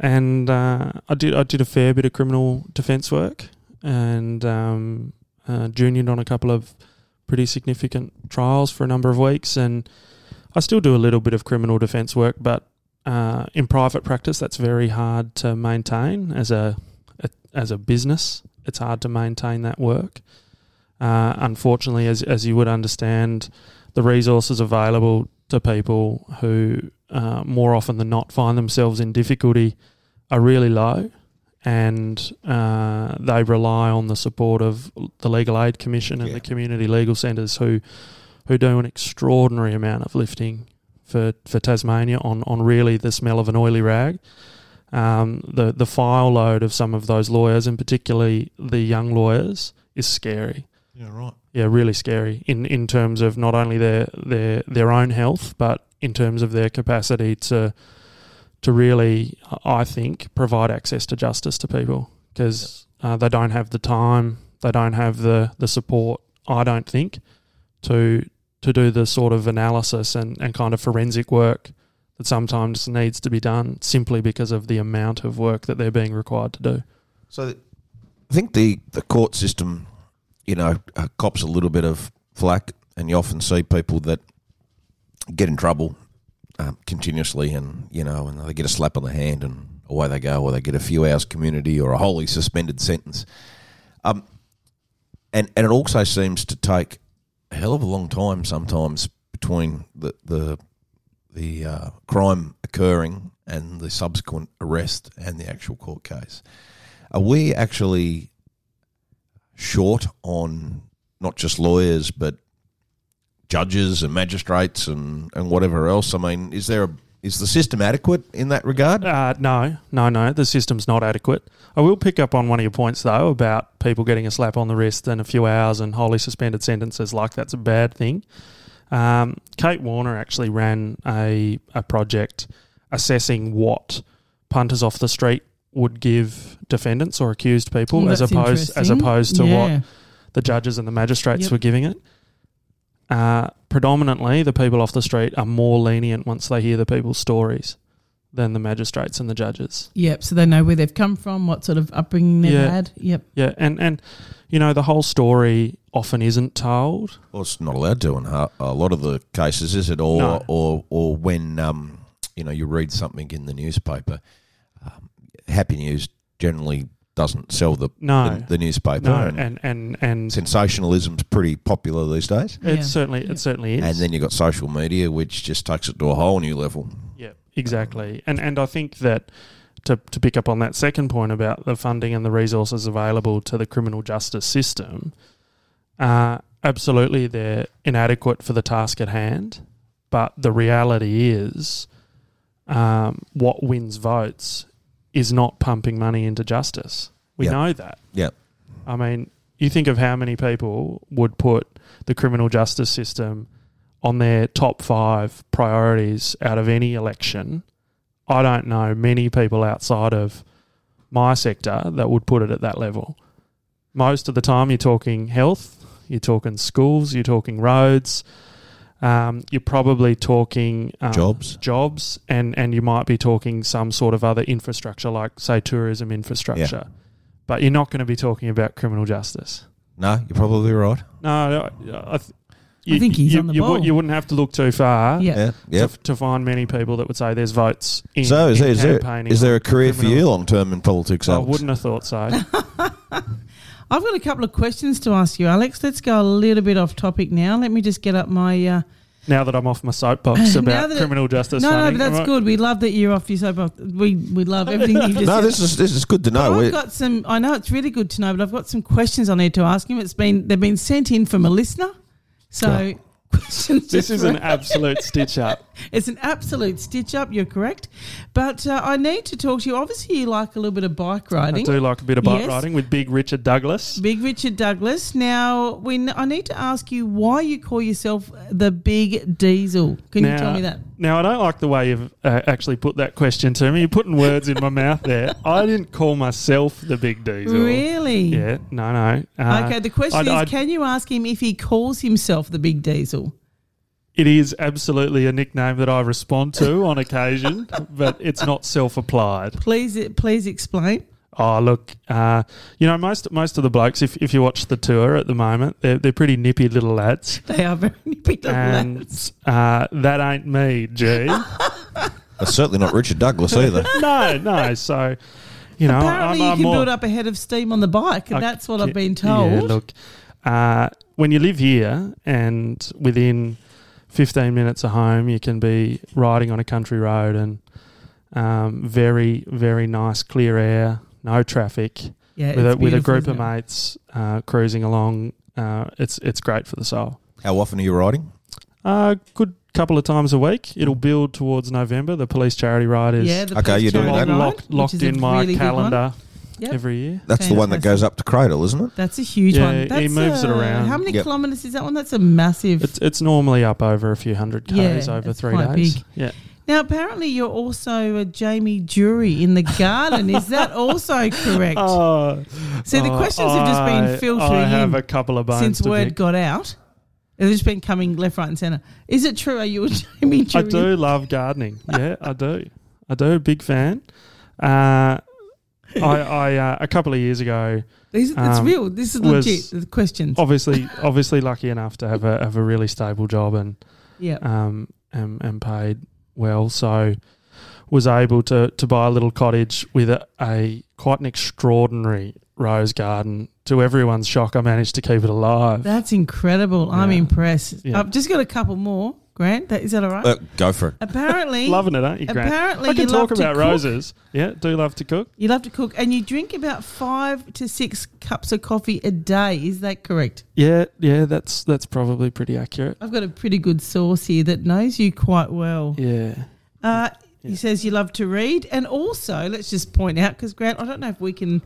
D: and uh, I did I did a fair bit of criminal defence work and um, uh, juniored on a couple of pretty significant trials for a number of weeks, and I still do a little bit of criminal defence work, but. Uh, in private practice, that's very hard to maintain as a as a business, it's hard to maintain that work. Uh, unfortunately, as as you would understand, the resources available to people who uh, more often than not find themselves in difficulty are really low, and uh, they rely on the support of the Legal Aid Commission and
C: Yeah.
D: the community legal centres who who do an extraordinary amount of lifting for for Tasmania on on really the smell of an oily rag um, the the file load of some of those lawyers, and particularly the young lawyers, is scary.
E: Yeah, right.
D: yeah, really scary in, in terms of not only their, their their own health, but in terms of their capacity to to really, I think, provide access to justice to people because uh, they don't have the time, they don't have the, the support. I don't think to to do the sort of analysis and, and kind of forensic work that sometimes needs to be done simply because of the amount of work that they're being required to do.
C: So th- I think the, the court system, you know, uh, cops a little bit of flack, and you often see people that get in trouble um, continuously, and you know, and they get a slap on the hand, and away they go, or they get a few hours community or a wholly suspended sentence. Um, and and it also seems to take a hell of a long time sometimes between the the the uh, crime occurring and the subsequent arrest and the actual court case. Are we actually short on not just lawyers, but judges and magistrates and, and whatever else? I mean, is there a is the system adequate in that regard?
D: Uh, no, no, no. The system's not adequate. I will pick up on one of your points though about people getting a slap on the wrist and a few hours and wholly suspended sentences. Like that's a bad thing. Um, Kate Warner actually ran a a project assessing what punters off the street would give defendants or accused people
B: Mm,
D: as
B: that's
D: opposed as
B: interesting.
D: opposed to what
B: Yeah.
D: the judges and the magistrates
B: Yep.
D: were giving it. Uh, predominantly, the people off the street are more lenient once they hear the people's stories than the magistrates and the judges.
B: Yep. So they know where they've come from, what sort of upbringing they've
D: Yeah.
B: had. Yep.
D: Yeah, and and you know the whole story often isn't told.
C: Well, it's not allowed to in ha- a lot of the cases, is it? Or
D: No.
C: or or when um, you know you read something in the newspaper, um, Happy News generally doesn't sell the
D: No.
C: the, the newspaper.
D: No,
C: and
D: and and and
C: sensationalism's pretty popular these days.
B: Yeah.
D: it certainly
B: Yeah.
D: it certainly is.
C: And then you've got social media, which just takes it to a whole new level.
D: Yeah, exactly. And and I think that to to pick up on that second point about the funding and the resources available to the criminal justice system, uh, absolutely they're inadequate for the task at hand. But the reality is, um, what wins votes is not pumping money into justice. We
C: Yeah.
D: know that.
C: Yeah.
D: I mean, you think of how many people would put the criminal justice system on their top five priorities out of any election. I don't know many people outside of my sector that would put it at that level. Most of the time, you're talking health, you're talking schools, you're talking roads, um, you're probably talking um,
C: Jobs.
D: jobs, and and you might be talking some sort of other infrastructure, like say tourism infrastructure. But you're not going to be talking about criminal justice.
C: No, you're probably right.
D: No, I, I, th- you,
B: think he's
D: you,
B: on the
D: you, wou-
B: ball.
D: you wouldn't have to look too far
B: Yeah.
C: Yeah.
D: to, to find many people that would say there's votes in,
E: So is
D: in
E: there, is there
D: campaigning.
E: is there a career for you
D: criminal-
E: long term in politics?
D: I
E: Alex?
D: wouldn't have thought so.
B: I've got a couple of questions to ask you, Alex. Let's go a little bit off topic now. Let me just get up my. Uh,
D: now that I'm off my soapbox
B: Now
D: about
B: that it-
D: criminal justice.
B: no, no,
D: funding,
B: but that's
D: am I-
B: good. We love that you're off your soapbox. We we love everything that you just.
E: No,
B: said.
E: this is this is good to
B: But
C: Oh,
E: know. We-
B: I've got some. I know it's really good to know, but I've got some questions I need to ask him. It's been they've been sent in from a listener, so questions.
D: This is an
B: an
D: absolute stitch up.
B: it's an absolute stitch up. You're correct, but uh, I need to talk to you. Obviously, you like a little bit of bike
D: I
B: riding.
D: do like a bit of bike
B: Yes.
D: riding with Big Richard Douglas.
B: Big Richard Douglas. Now, we n- I need to ask you why you call yourself the Big Diesel. Can you tell me that?
D: Now, I don't like the way you've uh, actually put that question to me. You're putting words in my mouth there. I didn't call myself the Big Diesel.
B: Really?
D: Yeah, no, no. Uh,
B: Okay, the question
D: I'd-
B: is
D: I'd-
B: can you ask him if he calls himself the Big Diesel?
D: It is absolutely a nickname that I respond to on occasion, but it's not self-applied.
B: Please please explain.
D: Oh, look, uh, you know most most of the blokes, if, if you watch the tour at the moment, they're they're pretty nippy little lads,
B: They are very nippy little lads.
D: and uh, that ain't me, G.
E: That's certainly not Richard Douglas either.
D: no, no. So, you know,
B: Apparently,
D: I'm, I'm
B: you can
D: more,
B: build up a head of steam on the bike, and
D: I
B: that's what
D: ca-
B: I've been told.
D: Yeah, look, uh, when you live here and within 15 minutes of home, you can be riding on a country road and um, very, very nice, clear air, no traffic,
B: Yeah,
D: with,
B: it's
D: a, with a
B: beautiful,
D: group of
B: isn't it?
D: mates uh, cruising along. Uh, it's it's great for the soul.
E: How often are you riding?
D: uh, good couple of times a week. It'll build towards November. The police charity ride is
B: Mm. Yeah, the
E: Okay,
B: Peace
E: you're doing that.
B: Charity Ride,
D: locked,
B: which
D: locked
B: is a
D: in my
B: really good one.
D: calendar.
B: Yep.
D: every year.
E: That's the
B: Clean up
E: one that
B: my
E: goes up to Cradle, isn't it?
B: That's a huge
D: Yeah,
B: one.
D: he
B: That's
D: moves it
B: a-
D: around.
B: How many
E: Yep.
B: kilometres is that one? That's a massive.
D: It's it's normally up over a few hundred k's
B: Yeah,
D: over
B: it's
D: three
B: quite
D: days.
B: big.
D: Yeah,
B: now, apparently, you're also a Jamie Jury in the garden. is that also correct?
D: Oh,
B: so the
D: oh,
B: questions have just
D: I-
B: been filled
D: I have a
B: through
D: couple of bones
B: him since
D: to
B: word
D: pick.
B: got out. They've just been coming left, right, and centre. Is it true? Are you a Jamie
D: I
B: Jury?
D: do love gardening. Yeah, I do. I do. Big fan. Uh, I, I uh, a couple of years ago,
B: These, it's
D: Um,
B: real. This is
D: was- Oh.
B: legit. The questions.
D: obviously, obviously lucky enough to have a have a really stable job and
B: yeah.
D: um and, and paid well, so was able to to buy a little cottage with a, a quite an extraordinary rose garden. To everyone's shock, I managed to keep it alive.
B: That's incredible. I'm
D: Yeah.
B: impressed.
D: Yeah.
B: I've just got a couple more. Grant, that, is that all right?
C: Uh, go for it.
B: apparently,
D: Loving it, aren't you, Grant?
B: apparently
D: I can
B: you
D: talk
B: love to
D: about
B: cook.
D: roses. Yeah, do love to cook.
B: You love to cook, and you drink about five to six cups of coffee a day. Is that correct?
D: Yeah, yeah, that's that's probably pretty accurate.
B: I've got a pretty good source here that knows you quite well.
D: Yeah.
B: Uh, He says you love to read, and also let's just point out because Grant, I don't know if we can.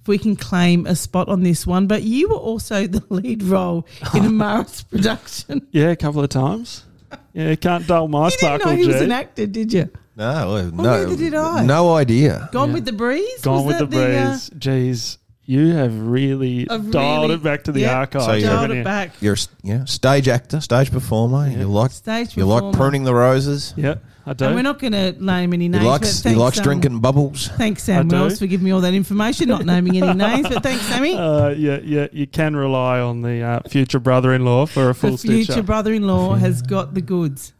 B: if We can claim a spot on this one, but you were also the lead role in Amara's production.
D: Yeah, a couple of times. Yeah, can't dull my
B: You didn't know
D: sparkle,
B: he was
D: G.
B: an actor, did you?
E: No, uh, no,
B: neither did I.
E: No idea.
B: Gone
D: Yeah.
B: with the breeze.
D: Gone with
B: Was
D: the
B: that uh,
D: breeze. Jeez, you have really
B: I've
D: dialed
B: really-
D: it back to the
B: yeah,
D: archives.
E: So you-
B: dialed
D: haven't
B: it
D: you?
B: back.
E: You're a s- yeah, stage actor, stage performer. You like
B: Stage
E: you like
B: performer.
E: pruning the roses.
D: Yeah, I do.
B: And we're not going to name any
E: You
B: names. but
E: likes
B: thanks,
E: you likes
B: um,
E: drinking bubbles.
B: Thanks, Sam
D: I do.
B: Wells, for giving me all that information. Not naming any names, but thanks, Sammy.
D: uh, yeah, yeah, you can rely on the uh, future brother-in-law for a full
B: the future
D: stitch-up.
B: brother-in-law has got the goods.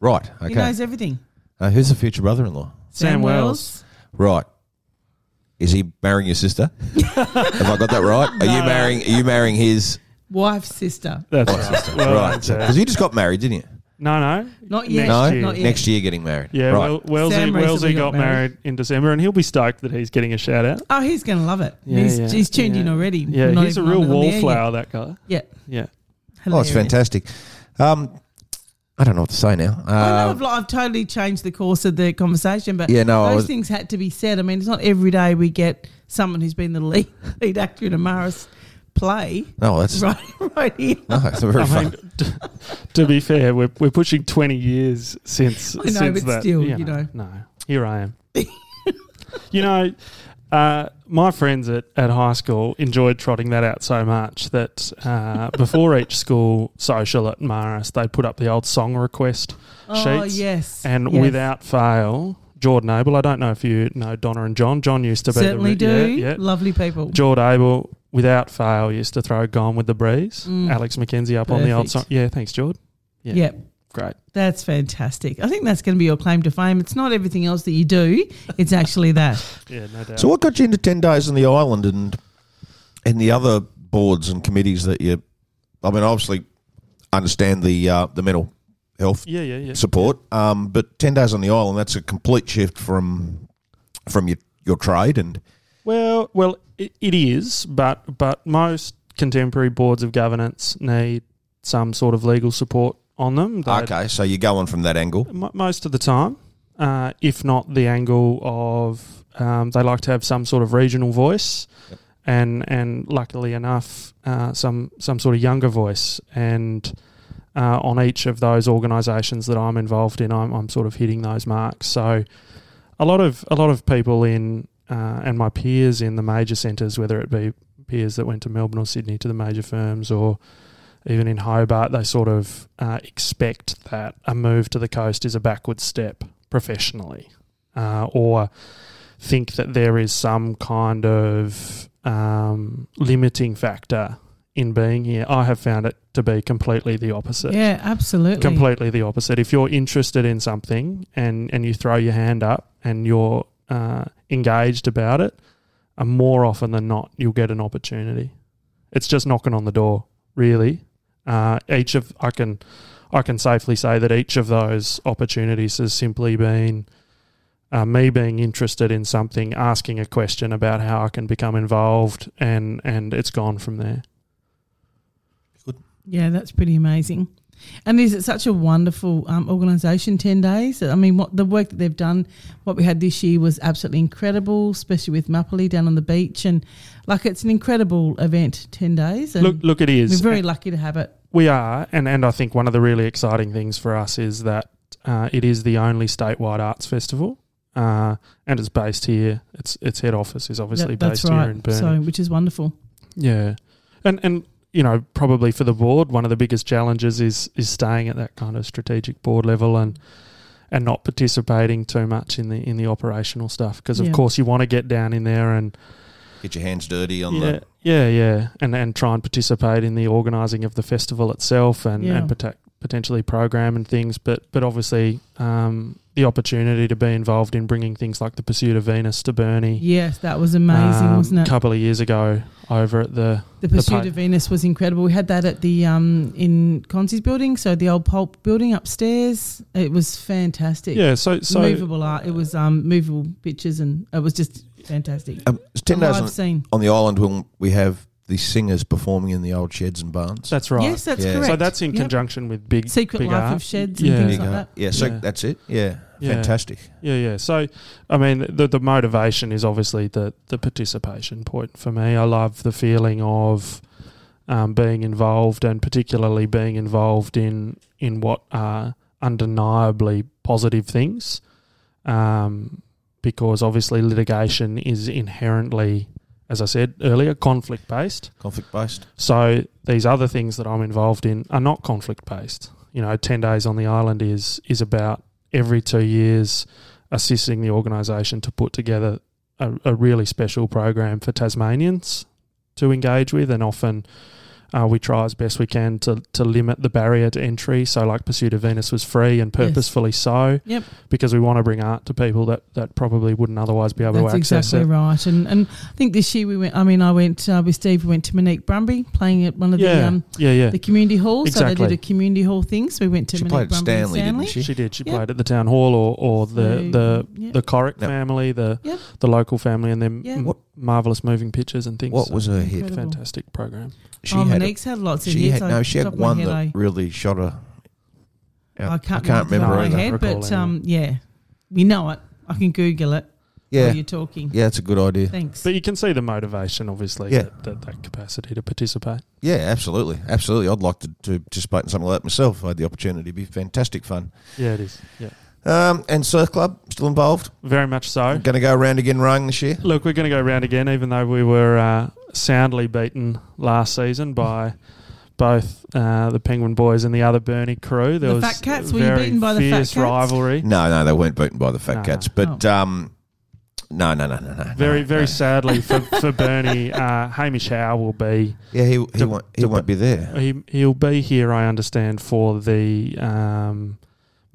E: Right. Okay.
B: He knows everything.
E: Uh, who's the future brother-in-law?
D: Sam Wells.
E: Right. Is he marrying your sister? Have I got that right? Are you marrying? Are you marrying his?
B: wife's sister.
D: Oh, That's right. Well
E: right.
D: done, Jack.
E: Because you just got married, didn't you?
D: No, no,
B: Not yet.
E: No.
D: year.
B: Not yet.
E: Next year, getting married.
D: Yeah,
E: Right.
D: well, Wellesley,
B: Sam
D: Wellesley
B: recently
D: got
B: got married.
D: married in December, and he'll be stoked that he's getting a shout out.
B: Oh, he's going to love it.
D: Yeah,
B: he's,
D: yeah,
B: he's tuned
D: yeah.
B: in already.
D: Yeah,
B: Not
D: he's a
B: even
D: real
B: on the air yet.
D: wallflower. That guy.
B: Yeah.
D: Yeah.
E: Oh, it's
B: Hilarious.
E: fantastic. Um, I don't know what to say now.
B: I know I've,
E: Uh,
B: like, I've totally changed the course of the conversation, but
E: Yeah, no, I
B: those
E: was-
B: things had to be said. I mean, it's not every day we get someone who's been the lead, lead actor in a Maris play
E: no, oh, that's
B: right, right here.
E: no, it's a very
D: I
E: fun.
D: mean, t- to be fair, we're, we're pushing 20 years since
B: I know,
D: since
B: but
D: that.
B: still, you know.
D: No, here I am. you know, uh, my friends at, at high school enjoyed trotting that out so much that uh, before each school social at Maris, they put up the old song request
B: Oh,
D: sheets.
B: yes.
D: And
B: yes.
D: without fail, Jordan Abel, I don't know if you know Donna and John. John used to be
B: Certainly
D: the,
B: do.
D: Yeah, yeah.
B: Lovely people.
D: Jord Abel, without fail, used to throw Gone with the Breeze.
B: Mm.
D: Alex McKenzie up on the old song.
B: Perfect.
D: Yeah, thanks, Jord.
B: Yeah.
D: Yeah. Great.
B: That's fantastic. I think that's going to be your claim to fame. It's not everything else that you do, it's actually that.
D: Yeah, no doubt.
E: So, what got you into ten days on the island and and the other boards and committees that you? I mean, obviously, understand the uh, the mental health
D: yeah, yeah, yeah.
E: support, um, but ten days on the island—that's a complete shift from from your your trade and
D: Well, well, it, it is, but but most contemporary boards of governance need some sort of legal support on them. They-
E: okay. So you go on from that angle.
D: M- most of the time, uh, if not the angle of um, they like to have some sort of regional voice, and and luckily enough, uh, some some sort of younger voice. And uh, on each of those organisations that I'm involved in, I'm, I'm sort of hitting those marks. So a lot of a lot of people in uh, and my peers in the major centres, whether it be peers that went to Melbourne or Sydney to the major firms or even in Hobart, they sort of uh, expect that a move to the coast is a backward step professionally, uh, or think that there is some kind of um, limiting factor in being here. I have found it to be completely the opposite.
B: Yeah, absolutely.
D: Completely the opposite. If you're interested in something and, and you throw your hand up and you're uh, engaged about it, and more often than not, you'll get an opportunity. It's just knocking on the door, really. Uh, each of I can I can safely say that each of those opportunities has simply been uh, me being interested in something, asking a question about how I can become involved, and and it's gone from there.
B: Yeah, that's pretty amazing. And is it such a wonderful um, organisation? Ten days. I mean, what the work that they've done, what we had this year was absolutely incredible, especially with Mapoli down on the beach, and like it's an incredible event. Ten days. And
D: Look, look, it is.
B: we're very lucky to have it.
D: We are, and, and I think one of the really exciting things for us is that uh, it is the only statewide arts festival, uh, and it's based here. Its its head office is
B: Yep,
D: obviously
B: that's
D: based here in
B: right.
D: Burnie.
B: So, which is wonderful.
D: Yeah, and and you know probably for the board, one of the biggest challenges is is staying at that kind of strategic board level and and not participating too much in the in the operational stuff because of
B: Yeah.
D: course you want to get down in there and
C: Get your hands dirty on
D: yeah, yeah, yeah, and and try and participate in the organising of the festival itself, and
B: Yeah.
D: and pota- potentially program and things. But but obviously, um, the opportunity to be involved in bringing things like the Pursuit of Venus to Burnie,
B: Yes, that was amazing,
D: um,
B: wasn't it?
D: A couple of years ago, over at the
B: The Pursuit
D: pi-
B: of Venus was incredible. We had that at the um in Conzi's building, so the old pulp building upstairs. It was fantastic.
D: yeah, so so
B: movable art. It was um movable pictures, and it was just fantastic.
C: Um, it's ten
B: A
C: days
B: live
C: on,
B: scene.
C: on the island when we have the singers performing in the old sheds and barns.
D: that's right.
B: Yes, that's
C: Yeah.
B: correct.
D: so that's in
B: Yep.
D: conjunction with big
B: Secret
D: big
B: Life
D: art.
B: of Sheds
D: yeah.
B: and
C: Big
B: things like
C: art.
B: that.
C: Yeah, so
D: Yeah.
C: that's it. Yeah,
D: Yeah.
C: fantastic.
D: Yeah, yeah. So, I mean, the the motivation is obviously the the participation point for me. I love the feeling of um, being involved, and particularly being involved in in what are undeniably positive things, um, because obviously litigation is inherently, as I said earlier, conflict based.
C: Conflict based.
D: So these other things that I'm involved in are not conflict based. You know, ten days on the island is is about every two years assisting the organisation to put together a, a really special program for Tasmanians to engage with, and often uh, we try as best we can to to limit the barrier to entry. So, like Pursuit of Venus was free and
B: Yes.
D: purposefully so,
B: Yep.
D: because we want to bring art to people that that probably wouldn't otherwise be able
B: That's
D: to access
B: exactly
D: it.
B: right. And and I think this year we went. I mean, I went uh, with Steve. We went to Monique Brumby playing at one of
D: Yeah,
B: the um
D: yeah, yeah.
B: the community halls. So
D: Exactly.
B: they did a community hall thing. So we went to
C: She
B: Monique
C: played
B: Brumby
C: Stanley,
B: and Stanley.
C: didn't she?
D: She did. She
B: Yep.
D: played at the town hall or, or the,
B: So,
D: the
B: yeah.
D: the Corrick
C: Yep.
D: family, the
B: Yep.
D: the local family, and then
B: Yeah.
C: What-
D: marvelous moving pictures and things.
C: What was her hit?
B: Incredible.
D: fantastic program?
C: She
B: oh,
C: had. a-
B: Monique's had lots of
C: she
B: hits.
C: had
B: I-
C: no. She had
B: top of my
C: one
B: head, eh?
C: that
B: I-
C: really shot her. out.
B: I can't,
C: I can't remember
B: remember
C: either.
B: my head,
D: Recall
B: but
D: either.
B: um, yeah, we know it. I can Google it
C: Yeah,
B: while you're talking.
C: yeah, it's a good idea.
B: Thanks.
D: But you can see the motivation, obviously,
C: Yeah.
D: that, that that capacity to participate.
C: Yeah, absolutely, absolutely. I'd like to, to participate in something like that myself. If I had the opportunity, it'd be fantastic fun.
D: Yeah, it is. Yeah,
C: Um, and Surf Club still involved.
D: very much so.
C: Going to go around again, rowing this year.
D: Look, we're going to go round again, even though we were uh, soundly beaten last season by both uh, the Penguin Boys and the other Bernie crew. There
B: The
D: was
B: Fat Cats? Were you
D: very
B: beaten by the Fat
D: fierce
B: Cats?
D: rivalry.
C: No, no, they weren't beaten by the Fat
D: No.
C: Cats, but um, no, no, no, no, no.
D: Very,
C: no,
D: very
C: no.
D: sadly for, for Bernie, uh, Hamish Howe will be
C: Yeah, he he
D: De-
C: won't he
D: de-
C: won't be there.
D: He he'll be here, I understand, for the um,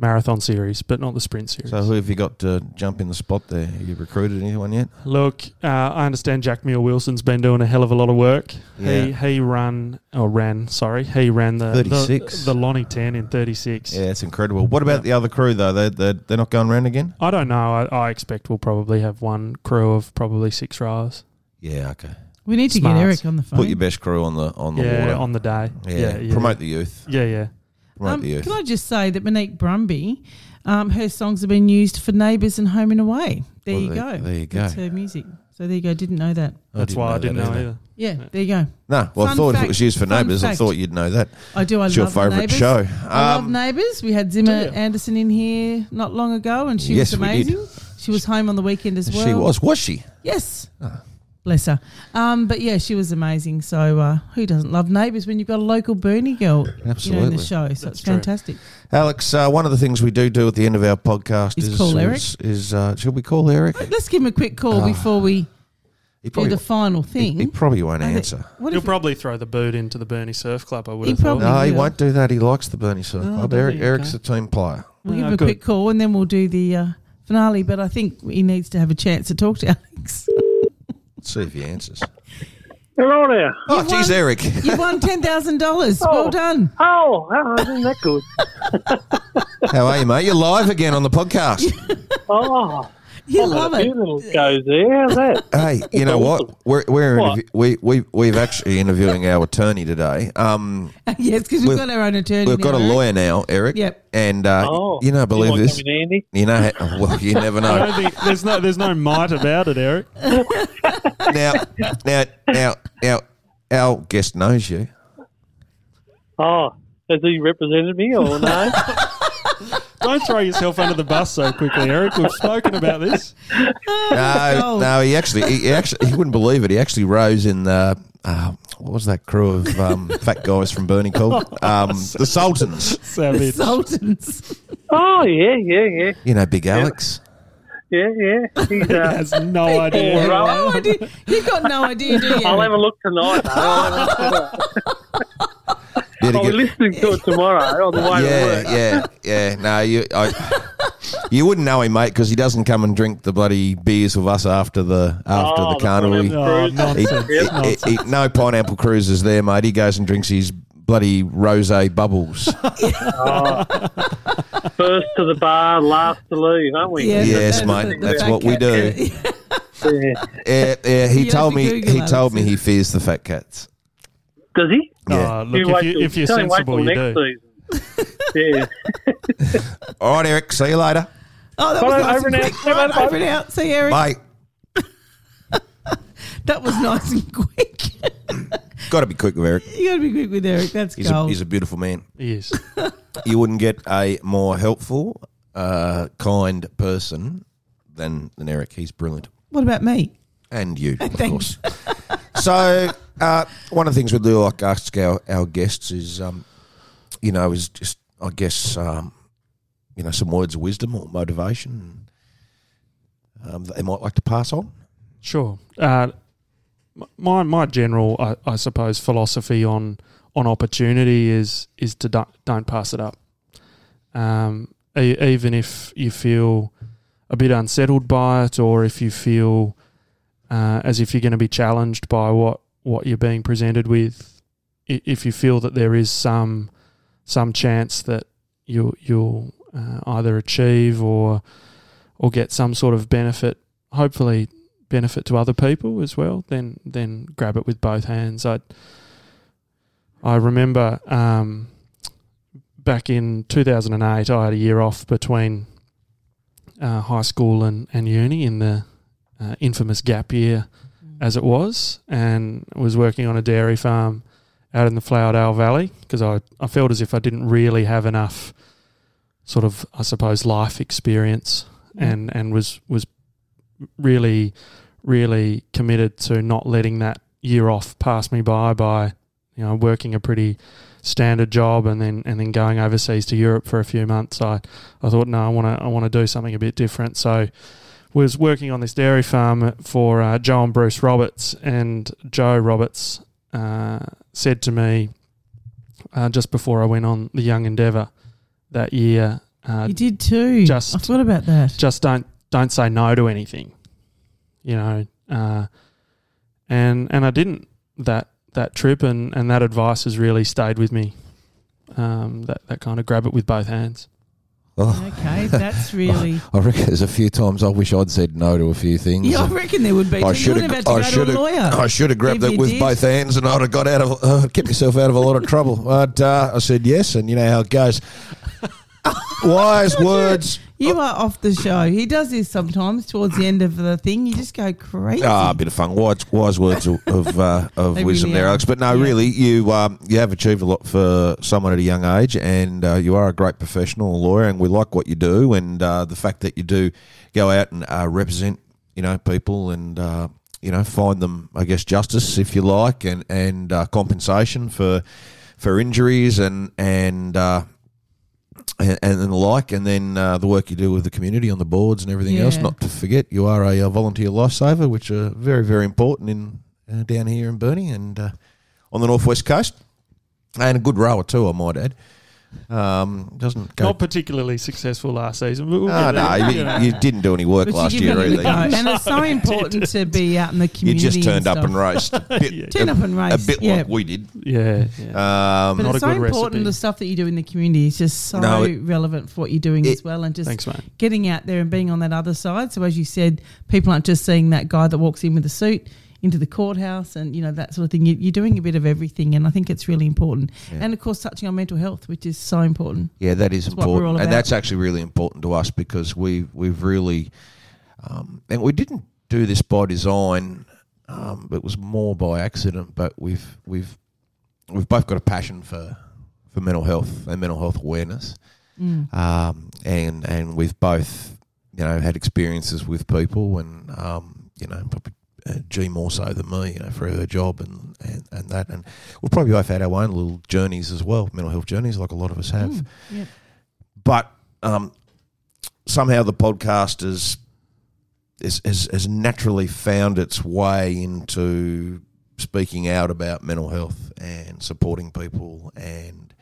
D: marathon series, but not the sprint series.
C: So who have you got to jump in the spot there? Have you recruited anyone yet?
D: Look, uh, I understand Jack Muir Wilson's been doing a hell of a lot of work. He he ran or ran, sorry, he ran the
C: 36.
D: the, the Lonnie Ten in thirty six.
C: yeah, it's incredible. What about the other crew though? They they they're not going round again.
D: I don't know. I, I expect we'll probably have one crew of probably six rowers.
C: Yeah, okay.
B: we need to
D: Smart.
B: get Eric on the phone.
C: Put your best crew on the on the
D: yeah,
C: water.
D: on the day.
C: yeah.
D: yeah.
C: promote the youth.
D: Yeah, yeah.
C: Promote
B: Um,
C: the youth.
B: can I just say that Monique Brumby, um, her songs have been used for Neighbours and Home and Away. There
C: Well,
B: you
C: there-
B: go.
C: there you
B: That's
C: go.
B: her music. So there you go. Didn't know that.
D: That's why I didn't know
C: that
D: either.
B: Yeah,
D: Yeah.
B: there you go.
C: No, well, I
B: Fun
C: thought if
B: fact-
C: it was used for
B: fun
C: neighbours, I
B: fact.
C: thought you'd know that.
B: I do. I
C: It's your
B: love
C: favourite
B: Neighbours.
C: show.
B: I love
C: Um,
B: Neighbours. We had Zimmer
D: Do you?
B: Anderson in here not long ago, and she
C: Yes,
B: was
C: we did.
B: amazing. She was home on the weekend as well.
C: She was Ah. was she?
B: Yes. Bless her. Um, but yeah, she was amazing. So uh, who doesn't love neighbours when you've got a local Bernie girl you know, in
C: Absolutely.
B: the show? So it's
D: true.
B: fantastic.
C: Alex, uh, one of the things we do do at the end of our podcast
B: Is
C: is
B: call Eric.
C: Is, is, uh, should we call Eric?
B: Let's give him a quick call before we do
C: He Ah. probably,
B: the final
C: he,
B: thing.
C: he probably won't
B: I think-
C: answer.
B: What
D: He'll
B: if
D: probably throw the boot into the Bernie Surf Club. I would
B: He
D: have thought.
B: probably-
C: No, he
B: Yeah.
C: won't do that. He likes the Bernie Surf
D: Oh,
C: Club.
D: there
C: Eric,
D: you
C: Eric's
D: go.
C: a team player.
B: we'll give
D: Ah,
B: him a
D: good.
B: quick call and then we'll do the uh, finale? But I think he needs to have a chance to talk to Alex.
C: Let's see if he answers.
F: Hello there.
C: Oh, geez,
B: won.
C: Eric.
B: you won ten thousand dollars. Well
F: Oh.
B: done.
F: Oh, oh, isn't that good?
C: How are you, mate? You're live again on the podcast.
F: Oh,
B: You
G: I've had
B: love
G: a few
B: it.
G: little goes there. How's that?
C: Hey, you know what? We're we're
G: What?
C: interview- we we we've actually interviewing our attorney today. Um,
B: yes, because we've,
C: We've-
B: got our own attorney.
C: we've got a
B: now, right?
C: lawyer now, Eric.
B: Yep.
C: And uh,
G: Oh,
C: you know, believe
G: might
C: this.
G: Come in handy.
C: You know, how- well, you never
D: I
C: know.
D: don't think there's no there's no might about it, Eric.
C: now, now, now, now, our guest knows you.
G: Oh, has he represented me or no?
D: Don't throw yourself under the bus so quickly, Eric. We've spoken about this.
C: No,
B: Oh.
C: no, he actually, he actually, he wouldn't believe it. He actually rose in the, uh, what was that crew of um, fat guys from Burning called? Um, the Sultans.
D: Savage.
B: Sultans.
G: oh yeah, yeah, yeah,
C: You know, Big Alex.
G: yeah, yeah. He's,
D: He
G: uh,
D: has no idea.
G: Yeah.
B: no idea. You've got no idea, do you?
G: I'll have a look tonight. though. I'll have a look tonight.
C: Did he
G: I'll be
C: get-
G: listening to it tomorrow on the way to work.
C: yeah, yeah, yeah. No, you, I, you wouldn't know him, mate, because he doesn't come and drink the bloody beers with us after the after
G: Oh,
C: the carnival. He-
G: pineapple
D: Oh,
G: cruise.
C: he-
D: nonsense.
C: he- he- he- no pineapple cruises there, mate. He goes and drinks his bloody rosé bubbles.
G: First to the bar, last to leave, aren't we?
B: Yeah,
C: yes,
B: that's
C: mate.
B: the- the
C: that's
B: fat
C: what we
B: cat.
C: do.
G: Yeah.
C: Yeah, yeah, he
B: You
C: told
B: have to
C: me.
B: Google
C: He
B: that.
C: told me he fears the fat cats.
G: Does he?
D: Oh, look, if,
G: wait
D: you,
G: till-
D: if you're
G: tell him wait
D: sensible,
G: till
D: you do.
G: next season. yeah.
C: All right, Eric. See you later,
B: Oh, that
G: Well,
B: was nice
G: over
B: and
G: now.
B: quick.
G: Yeah,
B: Right,
G: bye-bye.
B: over and out. See you, Eric.
C: mate.
B: That was nice and quick.
C: Got to be quick with Eric.
B: you got to be quick with Eric. That's
C: He's a,
B: gold.
C: he's a beautiful man.
D: Yes.
C: You wouldn't get a more helpful, uh, kind person than than Eric. He's brilliant.
B: what about me?
C: and you, of
B: Thanks.
C: course. so, uh, one of the things we do like ask our, our guests is, um, you know, is just I guess um, you know some words of wisdom or motivation um, that they might like to pass on.
D: Sure. Uh, m- my my general, I, I suppose, philosophy on on opportunity is is to don't, don't pass it up. Um, e- even if you feel a bit unsettled by it, or if you feel uh, as if you're going to be challenged by what what you're being presented with, i- if you feel that there is some some chance that you you'll uh, either achieve or or get some sort of benefit, hopefully benefit to other people as well, then then grab it with both hands. I I remember um, back in 2008, I had a year off between uh, high school and, and uni in the uh, infamous gap year, as it was, and was working on a dairy farm out in the Flowerdale Valley because I, I felt as if I didn't really have enough sort of, I suppose, life experience and, and was, was really, really committed to not letting that year off pass me by by, you know, working a pretty standard job and then and then going overseas to Europe for a few months. I, I thought, no, I wanna I wanna do something a bit different. So was working on this dairy farm for uh, Joe and Bruce Roberts, and Joe Roberts uh, said to me uh, just before I went on the Young Endeavour that year, uh,
B: you did too.
D: just-
B: I forgot about that.
D: just don't don't say no to anything you know uh, and and I didn't that that trip and and that advice has really stayed with me um, that that kind of grab it with both hands
B: okay, that's really.
C: Oh, I reckon there's a few times I wish I'd said no to a few things.
B: Yeah, I reckon there would be.
C: I
B: So you
C: should
B: would have
C: have.
B: had to go
C: I should
B: to a
C: have.
B: lawyer.
C: I should have grabbed
B: If
C: it
B: you
C: with
B: did.
C: both hands, and I'd have got out of, uh, kept myself out of a lot of trouble. But uh, I said yes, and you know how it goes. Wise words.
B: You are off the show. He does this sometimes towards the end of the thing. You just go crazy.
C: Ah, a bit of fun. Wise, wise words of of, uh, of
B: They
C: wisdom
B: really
C: there,
B: are.
C: Alex. But no,
B: Yeah.
C: really, you um, you have achieved a lot for someone at a young age, and uh, you are a great professional lawyer, and we like what you do, and uh, the fact that you do go out and uh, represent, you know, people and. Uh, you know, find them, I guess, justice if you like, and and uh, compensation for for injuries and and uh, and, and the like, and then uh, the work you do with the community on the boards and everything else.
B: Yeah.
C: Not to forget, you are a, uh volunteer lifesaver, which are very, very important in uh, down here in Burnie and uh, on the northwest coast, and a good rower too, I might add.
E: Um, doesn't go.
D: Not particularly successful last season, but we'll
E: Ah,
D: get there.
E: no, you- you, didn't do any work
B: But
E: last
B: you give
E: year
B: it a
E: either.
B: go.
E: You-
B: And it's so important to be out in the
E: You
B: community.
E: just turned up
B: stuff.
E: and raced. A bit,
B: Turn
E: a,
B: up and
E: a
B: race.
E: bit
B: yeah.
E: like we did.
D: Yeah, yeah.
E: Um,
B: But
D: Not
B: it's
D: a
B: so
D: good
B: important
D: recipe.
B: the stuff that you do in the community is just so
E: No, it-
B: relevant for what you're doing
E: It-
B: as well, and just
D: Thanks, mate.
B: getting out there and being on that other side. So as you said, people aren't just seeing that guy that walks in with a suit into the courthouse and you know that sort of thing. You, you're doing a bit of everything, and I think it's really important. And of course, touching on mental health, which is so important.
C: Yeah, that is
B: what we're all
C: important, and
B: about.
C: that's actually really important to us because we we've really, um, and we didn't do this by design. Um, it was more by accident, but we've we've we've both got a passion for for mental health and mental health awareness,
B: Mm.
C: um, and and we've both you know had experiences with people, and um, you know probably. Uh, G more so than me, you know, for her job and, and, and that, and we've probably both had our own little journeys as well, mental health journeys, like a lot of us have
B: Mm, yeah.
C: but um, somehow the podcast is, is, is has naturally found its way into speaking out about mental health and supporting people and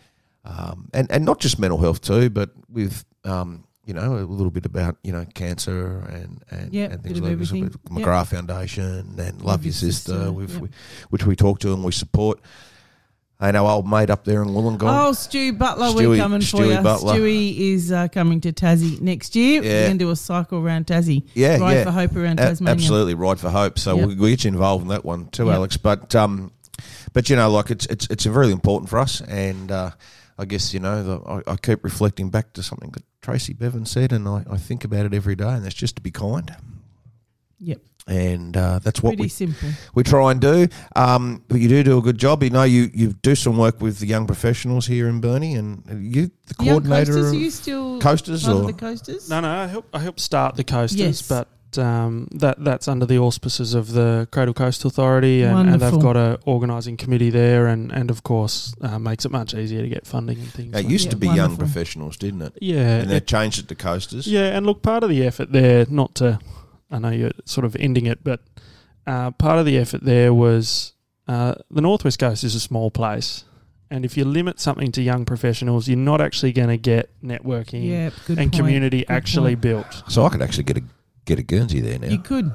C: um, and and not just mental health too, but with um, you know a little bit about you know cancer and and,
B: Yep,
C: and
B: bit
C: things
B: of
C: like this,
B: everything.
C: with McGrath Foundation and Love Your Sister, with,
B: yep.
C: which we talk to and we support. And our old mate up there in Wollongong.
B: Oh, Stu Butler,
C: Stewie-
B: we're coming for
C: Stewie
B: you.
C: Butler.
B: Stewie is uh, coming to Tassie next year.
C: Yeah.
B: We're going to do a cycle around Tassie.
C: Yeah,
B: Ride
C: yeah.
B: for Hope around
C: A-
B: Tasmania.
C: Absolutely, right for hope. So
B: Yep.
C: we'll, we'll get you involved in that one too,
B: Yep.
C: Alex. But um, but you know, like it's it's it's really important for us, and uh, I guess you know, the, I, I keep reflecting back to something that Tracy Bevan said, and I, I think about it every day, and that's just to be kind,
B: Yep.
C: and uh, that's what
B: Pretty
C: we
B: simple.
C: we try and do. Um, but you do do a good job. You know, you you do some work with the young professionals here in Burnie, and you the
B: Young
C: coordinator
B: Coasters,
C: of
B: are you still
C: coasters
B: part
C: or-
B: of the coasters?
D: No, no, I help I help start the coasters,
B: Yes.
D: but um, that that's under the auspices of the Cradle Coast Authority, and, and they've
B: Wonderful.
D: got a organising committee there, and and of course uh, makes it much easier to get funding and things.
C: It
D: like
C: used
B: Yeah,
C: to be young
B: wonderful.
C: professionals, didn't it?
D: yeah,
C: And they
D: it-
C: changed it to coasters.
D: yeah, and look, part of the effort there, not to, I know you're sort of ending it, but uh, part of the effort there was uh, the Northwest Coast is a small place, and if you limit something to young professionals, you're not actually going to get networking
B: Yep, good
D: and
B: point.
D: community
B: Good
D: actually
B: point.
D: built.
C: So I could actually get a get a Guernsey there now.
B: You could.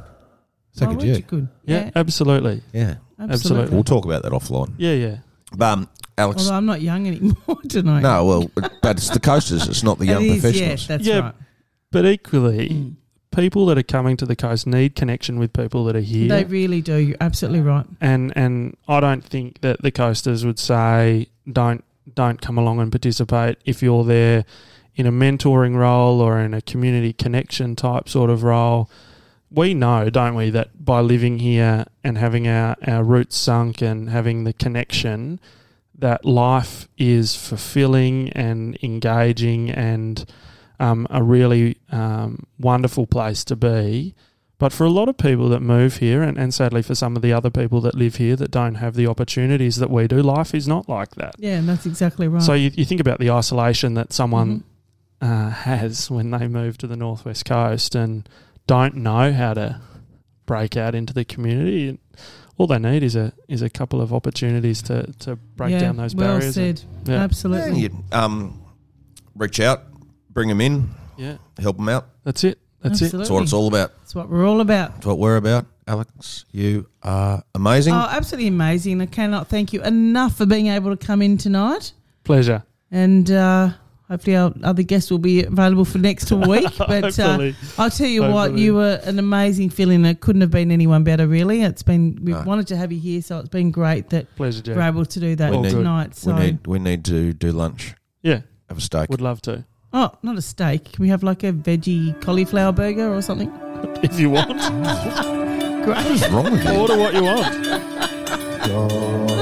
C: Take
B: Why
C: a
B: would
C: jig.
B: you could.
D: Yeah, absolutely.
C: Yeah,
B: absolutely.
D: absolutely.
C: we'll talk about that offline.
D: Yeah, yeah.
C: But um, Alex,
B: Although I'm not young anymore tonight.
C: no, well, but it's the coasters. It's not the
B: It
C: young
B: is,
C: professionals.
B: Yes, that's
D: Yeah.
B: right.
D: But equally,
B: Mm.
D: people that are coming to the coast need connection with people that are here.
B: They really do. You're absolutely right.
D: and and I don't think that the coasters would say don't don't come along and participate if you're there in a mentoring role or in a community connection type sort of role. We know, don't we, that by living here and having our, our roots sunk and having the connection, that life is fulfilling and engaging and um, a really um, wonderful place to be. But for a lot of people that move here, and, and sadly for some of the other people that live here that don't have the opportunities that we do, life is not like that.
B: Yeah, and that's exactly right.
D: So you, you think about the isolation that someone
B: Mhm.
D: uh, has when they move to the northwest coast and don't know how to break out into the community. All they need is a is a couple of opportunities to, to break
B: yeah,
D: down those
B: well
D: barriers. and-
B: said.
D: yeah,
C: Yeah,
B: Absolutely.
C: you, um, reach out, bring them in,
D: yeah,
C: help them out.
D: that's it. That's
B: absolutely.
C: That's what it's all about.
B: That's what we're all about.
C: That's what we're about. Alex, you are amazing.
B: Oh, absolutely amazing. I cannot thank you enough for being able to come in tonight.
D: it. Pleasure.
B: And uh, hopefully, our other guests will be available for next week. But uh,
D: Hopefully.
B: I'll tell you what,
D: Hopefully.
B: you were an amazing feeling. It couldn't have been anyone better, really. It's been, we
C: No.
B: wanted to have you here, so it's been great that
D: Pleasure,
B: we're
D: Jack.
B: able to do that
C: We need-
B: tonight.
C: we
B: So,
C: need we need to do lunch.
D: Yeah,
C: Have a steak.
D: would love to.
B: oh, not a steak. Can we have like a veggie cauliflower burger or something?
D: If you want,
B: Great.
C: What's wrong with you?
D: order what you want.
C: God.